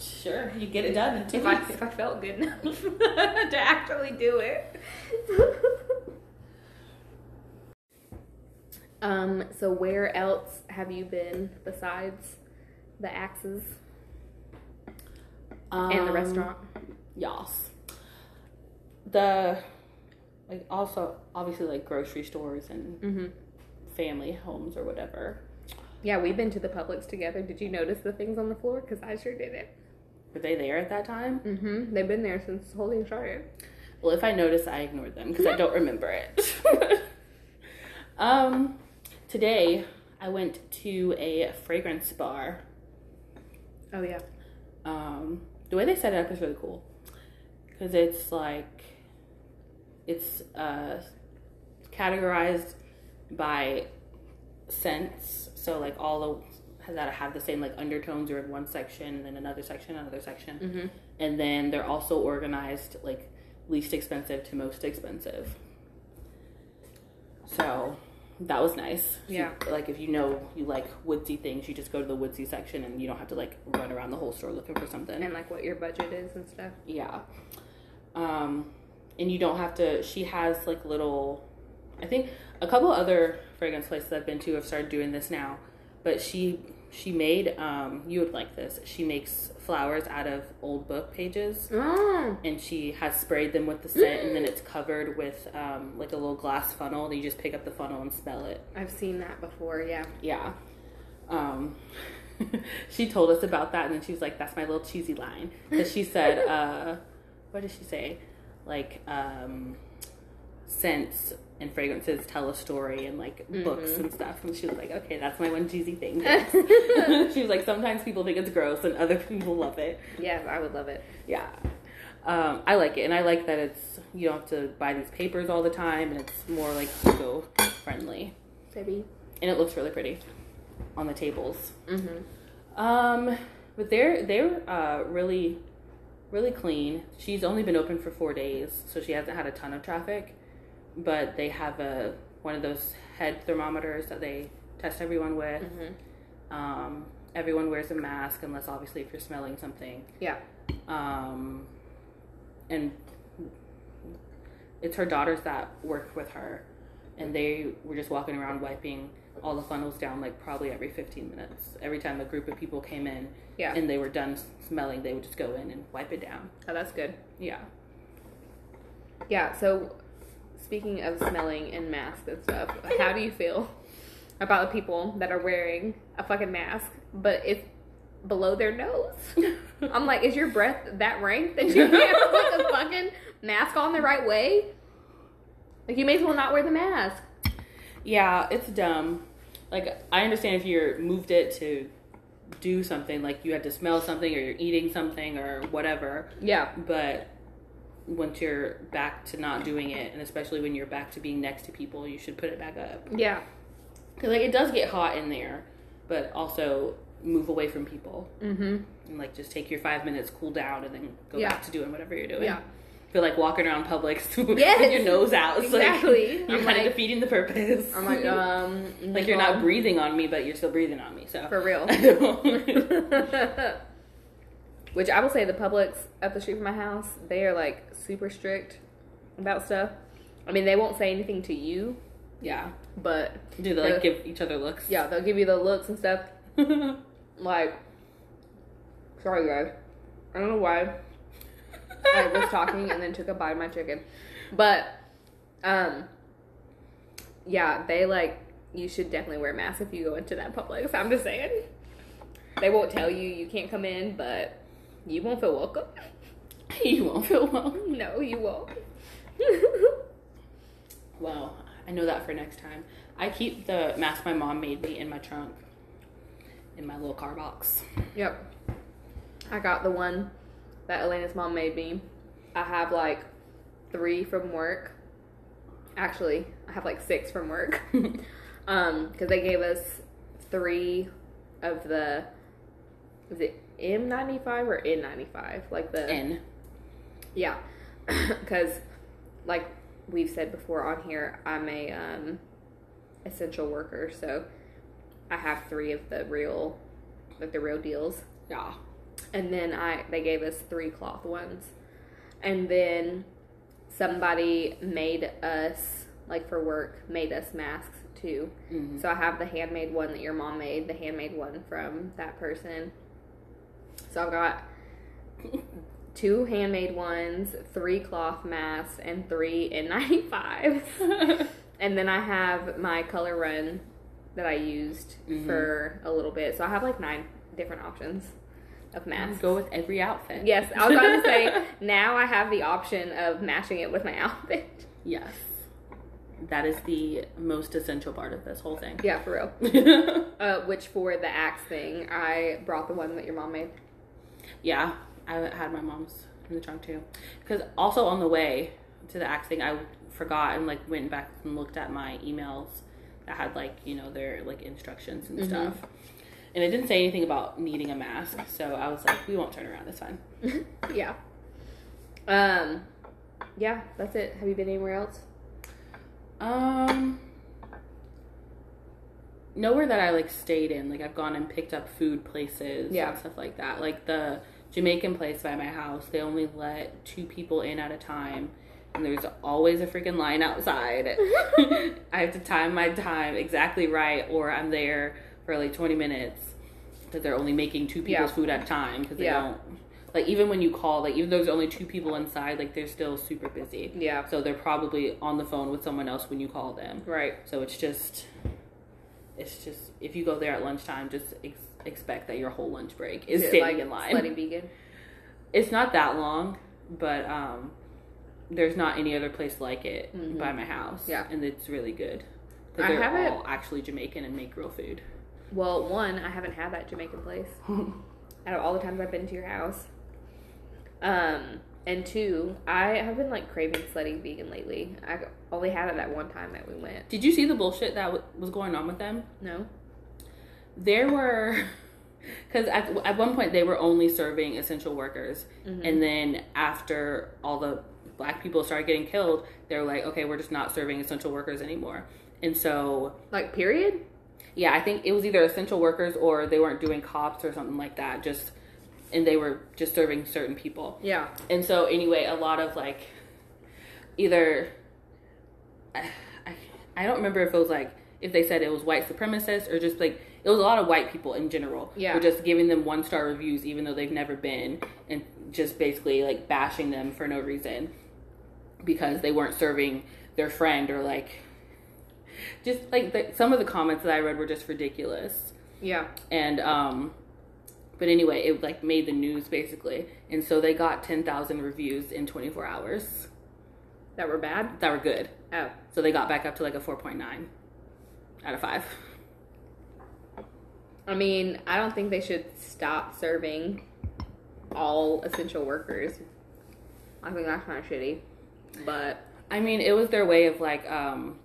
Sure, you get it done in two
if I,
weeks.
if I felt good enough to actually do it. um, so where else have you been besides the axes and
Um,
the restaurant?
Yas. The like also obviously like grocery stores and
Mm-hmm.
family homes or whatever.
Yeah, we've been to the Publix together. Did you notice the things on the floor? Because I sure did it.
Were they there at that time?
Mm-hmm. They've been there since holding started.
Well, if I notice, I ignore them because I don't remember it. um, today I went to a fragrance bar.
Oh yeah.
Um, the way they set it up is really cool because it's like it's uh, categorized by scents. So like all the has that have the same like undertones are in one section and then another section, another section,
Mm-hmm.
and then they're also organized like least expensive to most expensive. So that was nice. If you-
Yeah.
like if you know you like woodsy things, you just go to the woodsy section and you don't have to like run around the whole store looking for something.
And like what your budget is and stuff.
Yeah. Um, and you don't have to. She has like little. I think a couple other fragrance places I've been to have started doing this now, but she she made um you would like this. She makes flowers out of old book pages,
Oh,
and she has sprayed them with the scent, and then it's covered with um like a little glass funnel. That you just pick up the funnel and smell it.
I've seen that before. Yeah.
Yeah. Um, she told us about that, and then she was like, "That's my little cheesy line." Because she said, uh, "What did she say? Like um, scents and fragrances tell a story, and like books and stuff." And she was like, "Okay, that's my one cheesy thing." thanks." she was like, "Sometimes people think it's gross, and other people love it."
Yes, I would love it.
Yeah. Um, I like it, and I like that it's you don't have to buy these papers all the time, and it's more like eco friendly,
Baby.
and it looks really pretty on the tables.
Mm-hmm.
Um, but they're they're uh, really, really clean. She's only been open for four days, so she hasn't had a ton of traffic. But they have a one of those head thermometers that they test everyone with.
Mm-hmm.
Um, everyone wears a mask unless obviously if you're smelling something.
Yeah.
Um, and it's her daughters that work with her, and they were just walking around wiping all the funnels down like probably every 15 minutes. Every time a group of people came in
Yeah.
and they were done smelling, they would just go in and wipe it down.
oh, that's good.
Yeah.
Yeah. So, speaking of smelling and masks and stuff, how do you feel about the people that are wearing a fucking mask, but it's below their nose? I'm like, is your breath that rank that you can't put the fucking mask on the right way? Like, you may as well not wear the mask.
yeah, it's dumb. Like I understand if you're moved it to do something, like you had to smell something or you're eating something or whatever.
Yeah.
but once you're back to not doing it and especially when you're back to being next to people you should put it back up
Yeah.
'Cause, like it does get hot in there but also move away from people
Mm-hmm.
and like just take your five minutes cool down and then go
Yeah.
back to doing whatever you're doing
Yeah.
I feel like walking around public with
Yes.
your nose out it's
Exactly.
like, you're
I'm
kind of
like-
defeating the purpose
I'm like, um,
like you're not breathing on me but you're still breathing on me so
for real.
I don't-
Which I will say, the Publix up the street from my house, they are like super strict about stuff. I mean, they won't say anything to you,
yeah
but
do they like give each other looks
yeah, they'll give you the looks and stuff. Like, sorry guys, I don't know why I was talking and then took a bite of my chicken, but um, yeah, they like you should definitely wear masks if you go into that Publix. I'm just saying, they won't tell you you can't come in, but you won't feel welcome.
you won't feel well
No, you won't.
Well, I know that for next time. I keep the mask my mom made me in my trunk, in my little car box.
yep. I got the one that Elena's mom made me. I have like three from work. Actually, I have like six from work. um, because they gave us three of the was it M95 or N95? Like the
And
Yeah, because like we've said before on here, I'm a um, essential worker, so I have three of the real, like the real deals,
yeah,
and then I they gave us three cloth ones, and then somebody made us like for work made us masks too.
Mhm.
So I have the handmade one that your mom made, the handmade one from that person. So I've got two handmade ones, three cloth masks, and three N95s. and then I have my color run that I used
Mhm.
for a little bit. So I have like nine different options of masks.
go with every outfit.
Yes, I was about to say now I have the option of matching it with my outfit.
yes. That is the most essential part of this whole thing.
Yeah, for real. Uh, which for the axe thing, I brought the one that your mom made.
yeah, I had my mom's in the trunk too. Because also on the way to the axe thing, I forgot and like went back and looked at my emails that had like you know their like instructions and
Mhm.
stuff, and it didn't say anything about needing a mask. So I was like, we won't turn around. It's fine.
yeah. Um, yeah, that's it. Have you been anywhere else?
Um, nowhere that I like stayed in. Like I've gone and picked up food places
Yeah.
and stuff like that. Like the Jamaican place by my house, they only let two people in at a time. And there's always a freaking line outside. I have to time my time exactly right, or I'm there for like 20 minutes because they're only making two people's
Yeah.
food at a time because they
Yeah.
don't. Like, even when you call, like, even though there's only two people inside, like, they're still super busy.
Yeah.
So they're probably on the phone with someone else when you call them.
Right.
So it's just, it's just if you go there at lunchtime, just ex- expect that your whole lunch break is
it,
standing
like,
in line.
Slutty vegan.
It's not that long, but um, there's not any other place like it
Mhm.
by my house.
Yeah.
and it's really good.
I
Because they're
haven't-
all actually Jamaican and make real food.
Well, one, I haven't had that Jamaican place out of all the times I've been to your house. Um, and two, I have been like craving slutty vegan lately. I only had it that one time that we went.
Did you see the bullshit that w- was going on with them?
No.
There were, because at, at one point they were only serving essential workers. And then after all the black people started getting killed, they're like, okay, we're just not serving essential workers anymore. And so,
Like period.
yeah, I think it was either essential workers or they weren't doing cops or something like that. Just and they were just serving certain people.
Yeah.
And so, anyway, a lot of like either I, I, I don't remember if it was like if they said it was white supremacists or just like it was a lot of white people in general.
Yeah.
were just giving them one star reviews even though they've never been and just basically like bashing them for no reason because they weren't serving their friend or like just like the, some of the comments that I read were just ridiculous
Yeah.
and um but anyway it like made the news basically and so they got 10,000 reviews in 24 hours
That were bad.
that were good
Oh.
so they got back up to like a 4.9 out of 5
I mean, I don't think they should stop serving all essential workers. I think that's kind of shitty. But
I mean, it was their way of like um,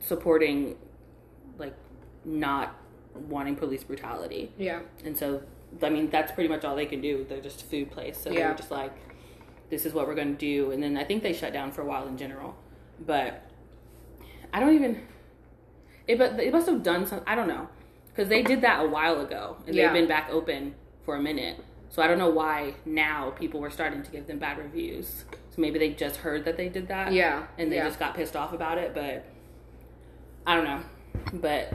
supporting, like, not wanting police brutality.
yeah,
And so, I mean, that's pretty much all they can do. They're just a food place. So
Yeah.
they're just like, this is what we're going to do. And then I think they shut down for a while in general. But I don't even. It, but it must have done some. I don't know. Because they did that a while ago. And
Yeah.
they've been back open for a minute. So I don't know why now people were starting to give them bad reviews. So maybe they just heard that they did that
yeah,
and they
yeah.
just got pissed off about it but i don't know but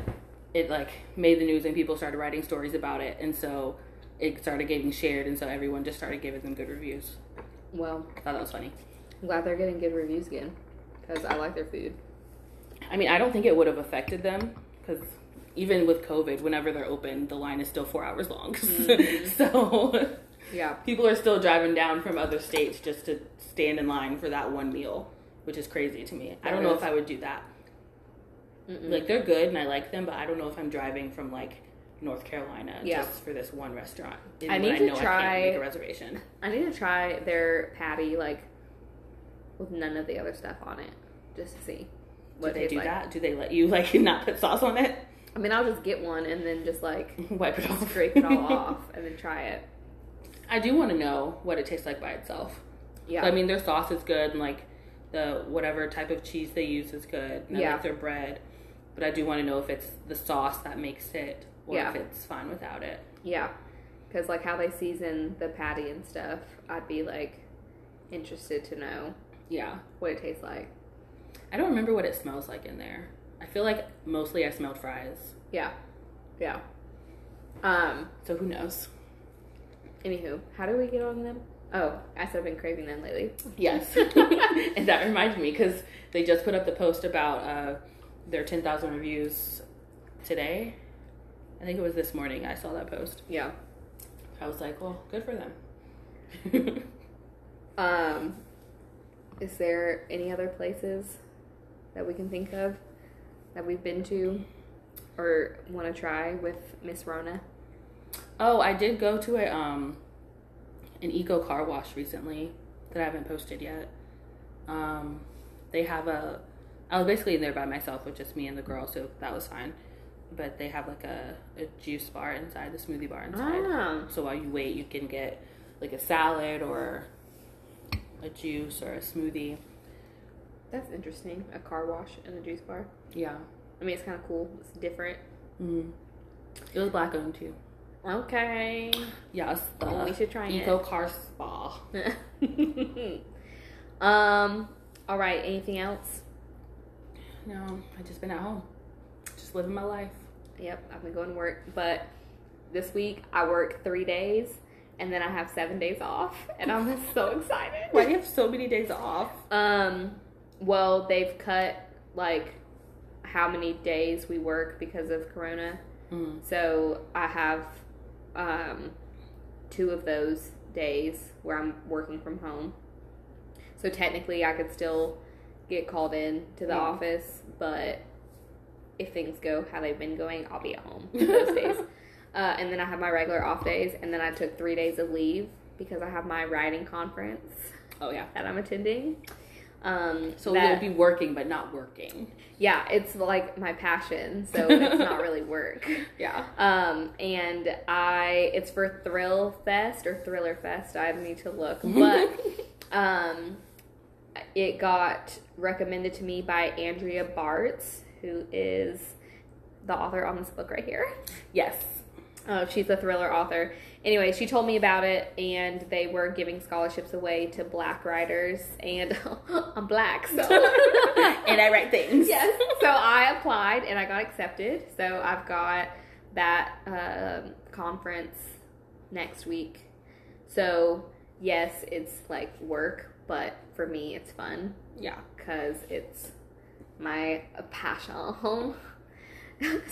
it like made the news and people started writing stories about it and so it started getting shared and so everyone just started giving them good reviews
well,
i thought that was funny
I'm glad they're getting good reviews again because I like their food.
i mean i don't think it would have affected them because even with covid whenever they're open the line is still four hours long
Mm-hmm.
so
Yeah,
people are still driving down from other states just to stand in line for that one meal which is crazy to me i don't know if i would do that
Mm-mm.
like they're good and I like them, but I don't know if I'm driving from like North Carolina
Yeah.
just for this one restaurant.
I need
when
to
know I
try-
can't make a reservation.
I need to try their patty like with none of the other stuff on it just to see
Do
what
they
they
do
like.
that? Do they let you like not put sauce on it?
I mean, I'll just get one and then just like
Wipe it off.
scrape it all off and then try it.
I do want to know what it tastes like by itself.
Yeah,
I mean, their sauce is good and like the whatever type of cheese they use is good. And I
Yeah.
like their bread, but I do want to know if it's the sauce that makes it or
Yeah.
if it's fine without it.
Yeah, because like how they season the patty and stuff, I'd be like interested to know
Yeah.
what it tastes like.
I don't remember what it smells like in there. I feel like mostly I smelled fries.
Yeah, yeah. Um.
So who knows?
Anywho, how do we get on them? Oh, I said I've been craving them lately.
Yes. and that reminds me because they just put up the post about uh, their 10,000 reviews today. I think it was this morning I saw that post.
Yeah.
I was like, well, good for them.
Um. Is there any other places that we can think of that we've been to or want to try with Miss Rona?
oh, I did go to a um an eco car wash recently that I haven't posted yet. Um, they have a I was basically in there by myself with just me and the girl, so that was fine. But they have like a, a juice bar inside, the smoothie bar inside.
Oh.
So while you wait, you can get like a salad or a juice or a smoothie.
That's interesting. A car wash and a juice bar.
Yeah.
I mean, it's kind of cool. It's different.
Mm. It was black owned too.
Okay.
Yeah, it's the
we should try
Eco Car Spa.
it. um. All right. Anything else?
No, I just been at home, just living my life.
Yep. I've been going to work, but this week I work three days, and then I have seven days off, and I'm so excited.
Why do you have so many days off?
Um, well, they've cut like how many days we work because of Corona.
Mm.
So I have um, two of those days where I'm working from home. So technically, I could still get called in to the
Yeah.
office, but if things go how they've been going, I'll be at home those days. Uh, and then I have my regular off days, and then I took three days of leave because I have my writing conference
Oh yeah.
that I'm attending. Um,
So
that-
you'll be working but not working.
yeah, it's like my passion, so it's not really work.
Yeah.
Um, and I, it's for Thrill Fest or Thriller Fest. I need to look, but um, it got recommended to me by Andrea Bartz, who is the author on this book right here.
yes.
Oh, she's a thriller author. Anyway, she told me about it, and they were giving scholarships away to black writers, and I'm black, so.
I write things.
yes. So I applied and I got accepted. So I've got that um, conference next week. So, yes, it's like work, but for me, it's fun
Yeah.
because it's my passion.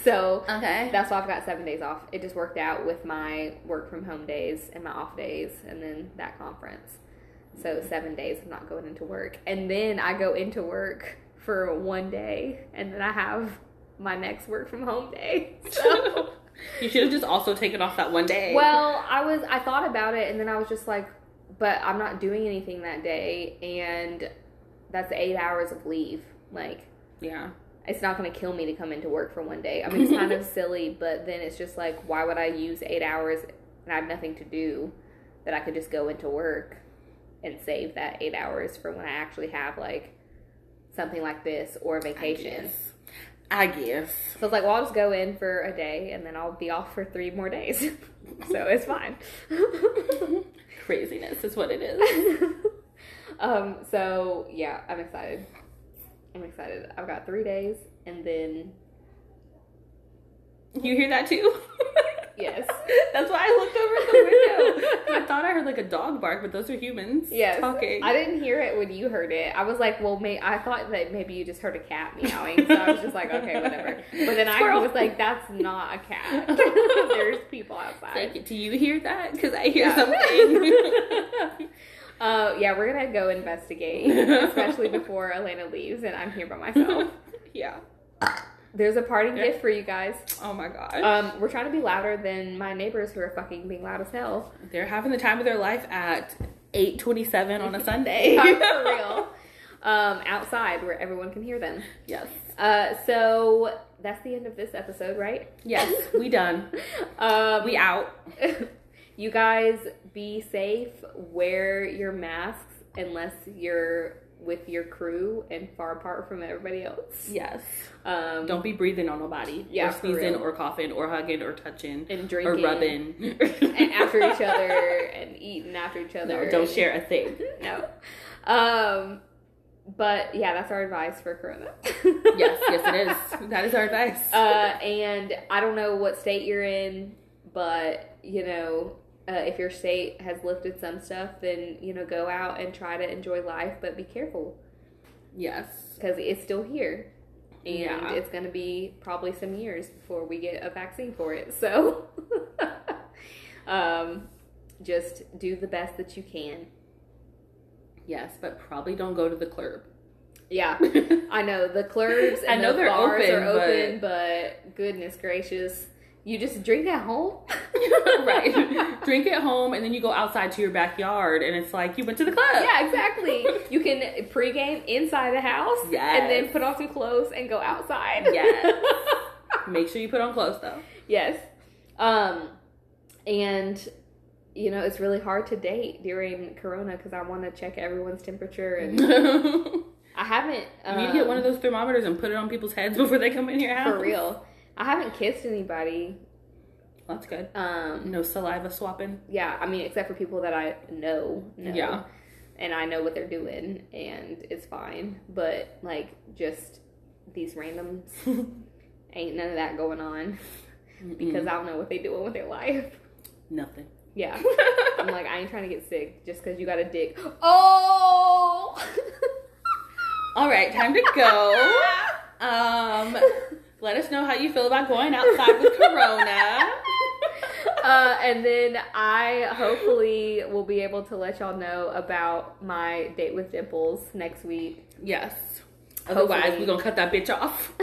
so,
Okay.
that's why I've got seven days off. It just worked out with my work from home days and my off days and then that conference. So seven days of not going into work. And then I go into work for one day and then I have my next work from home day. So
you should have just also taken off that one day.
Well, I was I thought about it and then I was just like, but I'm not doing anything that day and that's eight hours of leave. Like
Yeah.
it's not going to kill me to come into work for one day. I mean, it's kind of silly, but then it's just like, why would I use eight hours and I have nothing to do that I could just go into work and save that eight hours for when I actually have like something like this or a vacation?
Yes. I guess.
So it's like, well, I'll just go in for a day and then I'll be off for three more days. so it's fine.
Craziness is what it is.
um, so yeah, I'm excited. I'm excited. I've got three days and then
You hear that too?
Yes.
That's why I looked over the window. I thought I heard like a dog bark, but those are humans
Yes.
talking.
I didn't hear it when you heard it. I was like, well, may- I thought that maybe you just heard a cat meowing, so I was just like, okay, whatever. But then I
Squirrel.
was like, that's not a cat. There's people outside.
Like, do you hear that? Because I hear
Yeah.
something.
Uh, yeah, we're gonna go investigate, especially before Elena leaves and I'm here by myself.
yeah.
There's a parting
Yeah.
gift for you guys.
Oh my god.
Um, we're trying to be louder than my neighbors who are fucking being loud as hell.
They're having the time of their life at 8:27 on a Sunday.
Not for real. Um, outside where everyone can hear them.
yes.
Uh, so that's the end of this episode, right?
Yes, we done.
Um,
We out.
you guys be safe. Wear your masks unless you're with your crew and far apart from everybody else.
Yes.
Um,
Don't be breathing on nobody.
Yeah,
Or
for
sneezing
real.
or coughing or hugging or touching
and
or
drinking
rubbing.
and after each other and eating after each other.
No, don't share a thing.
No. Um, but yeah, that's our advice for Corona.
Yes, yes it is. That is our advice.
Uh, and I don't know what state you're in, but you know, uh, if your state has lifted some stuff, then you know, go out and try to enjoy life, but be careful
yes.
because it's still here, and
Yeah.
it's going to be probably some years before we get a vaccine for it. So, um, just do the best that you can.
Yes, but probably don't go to the club.
Yeah, I know the clubs. And
I know
the
they're
bars
open,
are open, but... goodness gracious, you just drink at home.
right. Drink at home, and then you go outside to your backyard, and it's like you went to the club.
Yeah, exactly. You can pregame inside the house
Yes.
and then put on some clothes and go outside.
Yes. Make sure you put on clothes though.
yes. Um, and you know it's really hard to date during Corona because I want to check everyone's temperature and
Mm-hmm. you
I haven't. Um,
need to get one of those thermometers and put it on people's heads before they come in your house.
for real. I haven't kissed anybody.
That's good.
Um,
No saliva swapping.
yeah, I mean, except for people that I know, know.
Yeah.
And I know what they're doing, and it's fine. But like, just these randoms, ain't none of that going on because
Mm-hmm.
I don't know what they doing with their life.
Nothing.
Yeah, I'm like, I ain't trying to get sick just because you got a dick. Oh.
All right, time to go. Um, let us know how you feel about going outside with Corona.
uh, and then I hopefully will be able to let y'all know about my date with Dimples next week.
Yes. Otherwise,
Hopefully.
we're gonna cut that bitch off.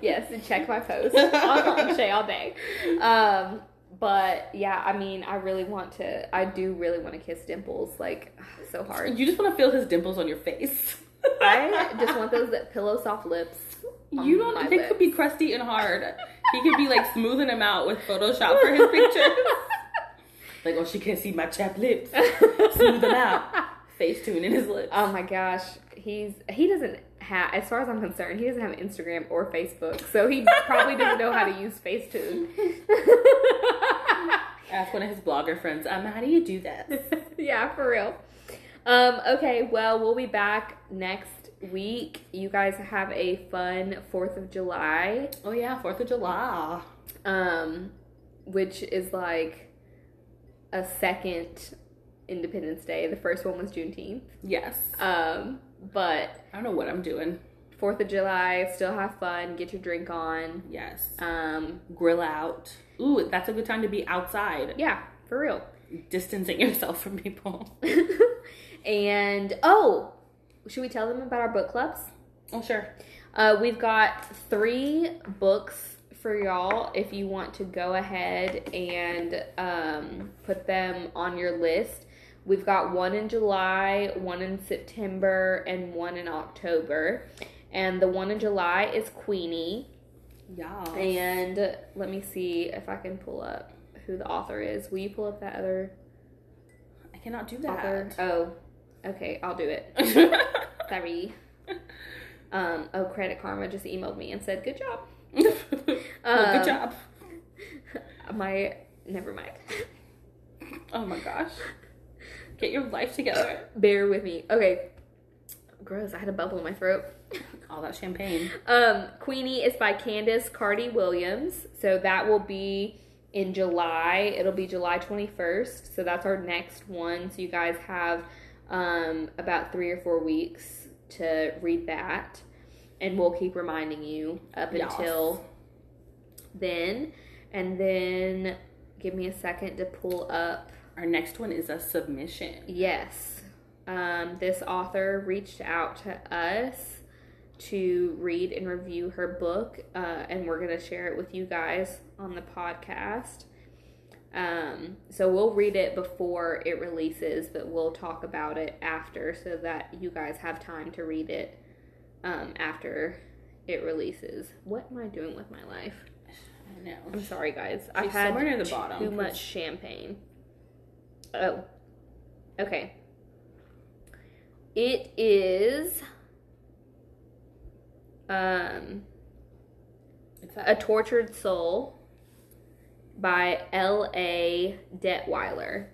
yes, and check my post. I'll on Shay all day. Um, but yeah, I mean, I really want to. I do really want to kiss Dimples like so hard.
You just want to feel his dimples on your face.
I just want those pillow soft lips.
You
on my
don't. They could be crusty and hard. He could be like smoothing them out with Photoshop for his pictures. Like, oh, she can't see my chapped lips. Smooth them out. Face tune in his lips.
Oh my gosh, he's he doesn't have. As far as I'm concerned, he doesn't have Instagram or Facebook, so he probably doesn't know how to use Facetune.
Ask one of his blogger friends, um, how do you do that?
yeah, for real. Um, okay, well, we'll be back next week. You guys have a fun 4th of July,
Oh yeah, Fourth of July.
um, which is like a second Independence Day. The first one was Juneteenth.
Yes.
Um, but
I don't know what I'm doing.
4th of July, still have fun, get your drink on.
Yes.
Um,
Grill out. Ooh, that's a good time to be outside,
yeah, for real.
distancing yourself from people.
and oh, should we tell them about our book clubs?
Oh sure.
Uh, we've got three books for y'all if you want to go ahead and um, put them on your list. We've got one in July, one in September, and one in October. And the one in July is Queenie.
Yeah.
And let me see if I can pull up who the author is. Will you pull up that other
I cannot do
author?
that. Oh,
Oh, okay, I'll do it. Sorry. Um, oh, Credit Karma just emailed me and said, "Good job."
Well,
Um,
good job.
My never mind.
Oh my gosh. Get your life together.
Bear with me. Okay. Gross. I had a bubble in my throat.
All that champagne.
Um, Queenie is by Candace Cardi Williams. So that will be in July. It'll be July 21st. So that's our next one. So you guys have um, about three or four weeks to read that. And we'll keep reminding you up
Yes.
until then. And then give me a second to pull up
Our next one is a submission.
Yes. Um, this author reached out to us to read and review her book, uh, and we're going to share it with you guys on the podcast. Um, so we'll read it before it releases, but we'll talk about it after so that you guys have time to read it um, after it releases. What am I doing with my life?
I know.
I'm sorry, guys. I've
She's
had
somewhere near the
too
bottom.
much champagne. Oh. Okay. It is um
It's
A Tortured Soul by L.A. Detweiler.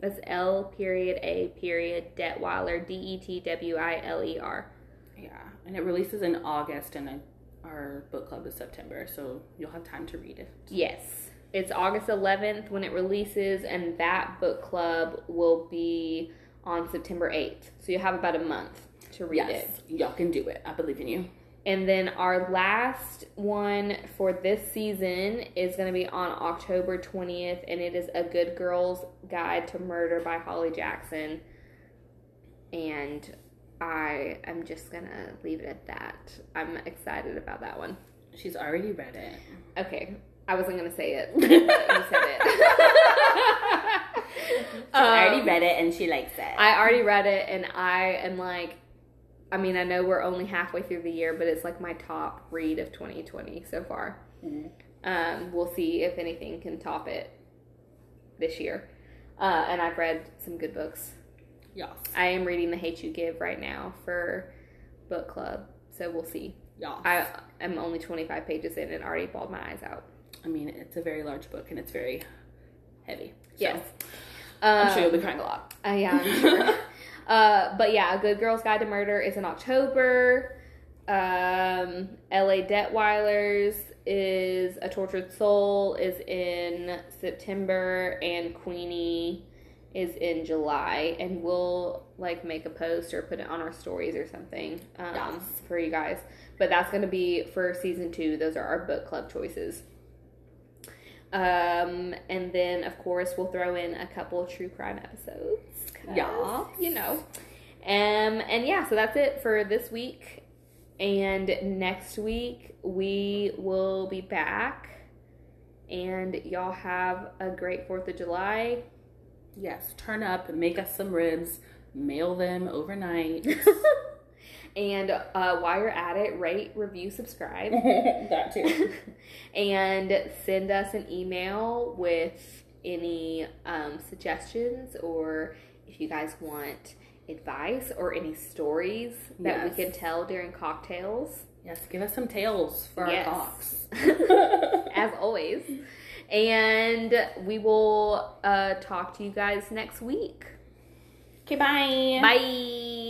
That's L period A period Detweiler D E T W I L E R.
Yeah, and it releases in August, and I, our book club is September, so you'll have time to read it.
Yes. It's August 11th when it releases, and that book club will be on September 8th. So you have about a month to read it.
y'all can do it. I believe in you.
And then our last one for this season is going to be on October 20th, and it is A Good Girl's Guide to Murder by Holly Jackson. And I am just going to leave it at that. I'm excited about that one.
She's already read it.
Okay. I wasn't gonna say it. but you said it.
I already
Um,
read it and she likes it.
I already read it, and I am like, I mean, I know we're only halfway through the year, but it's like my top read of 2020 so far.
Mhm.
Um, we'll see if anything can top it this year. Uh, and I've read some good books.
Yes.
I am reading The Hate You Give right now for book club, so we'll see.
Yes.
I am only 25 pages in and already bawled my eyes out.
I mean, it's a very large book and it's very heavy. So
Yes.
I'm
Um,
sure you'll be crying a lot.
Uh, yeah, I'm sure. uh, but yeah, A Good Girl's Guide to Murder is in October. Um, L.A. Detweilers is A Tortured Soul is in September, and Queenie is in July. And we'll like make a post or put it on our stories or something um,
Yes.
for you guys. But that's gonna be for season two. Those are our book club choices. Um, and then of course we'll throw in a couple true crime episodes. 'cause,
Yeah.
you know. Um, and yeah, so that's it for this week. And next week we will be back. And y'all have a great Fourth of July.
Yes. Turn up, make us some ribs, mail them overnight.
and uh, while you're at it, rate, review, subscribe.
that too.
and send us an email with any um, suggestions or if you guys want advice or any stories that
Yes.
we can tell during cocktails
Yes. Give us some tails for
Yes.
our cocks.
as always and we will uh, talk to you guys next week
okay, bye.
bye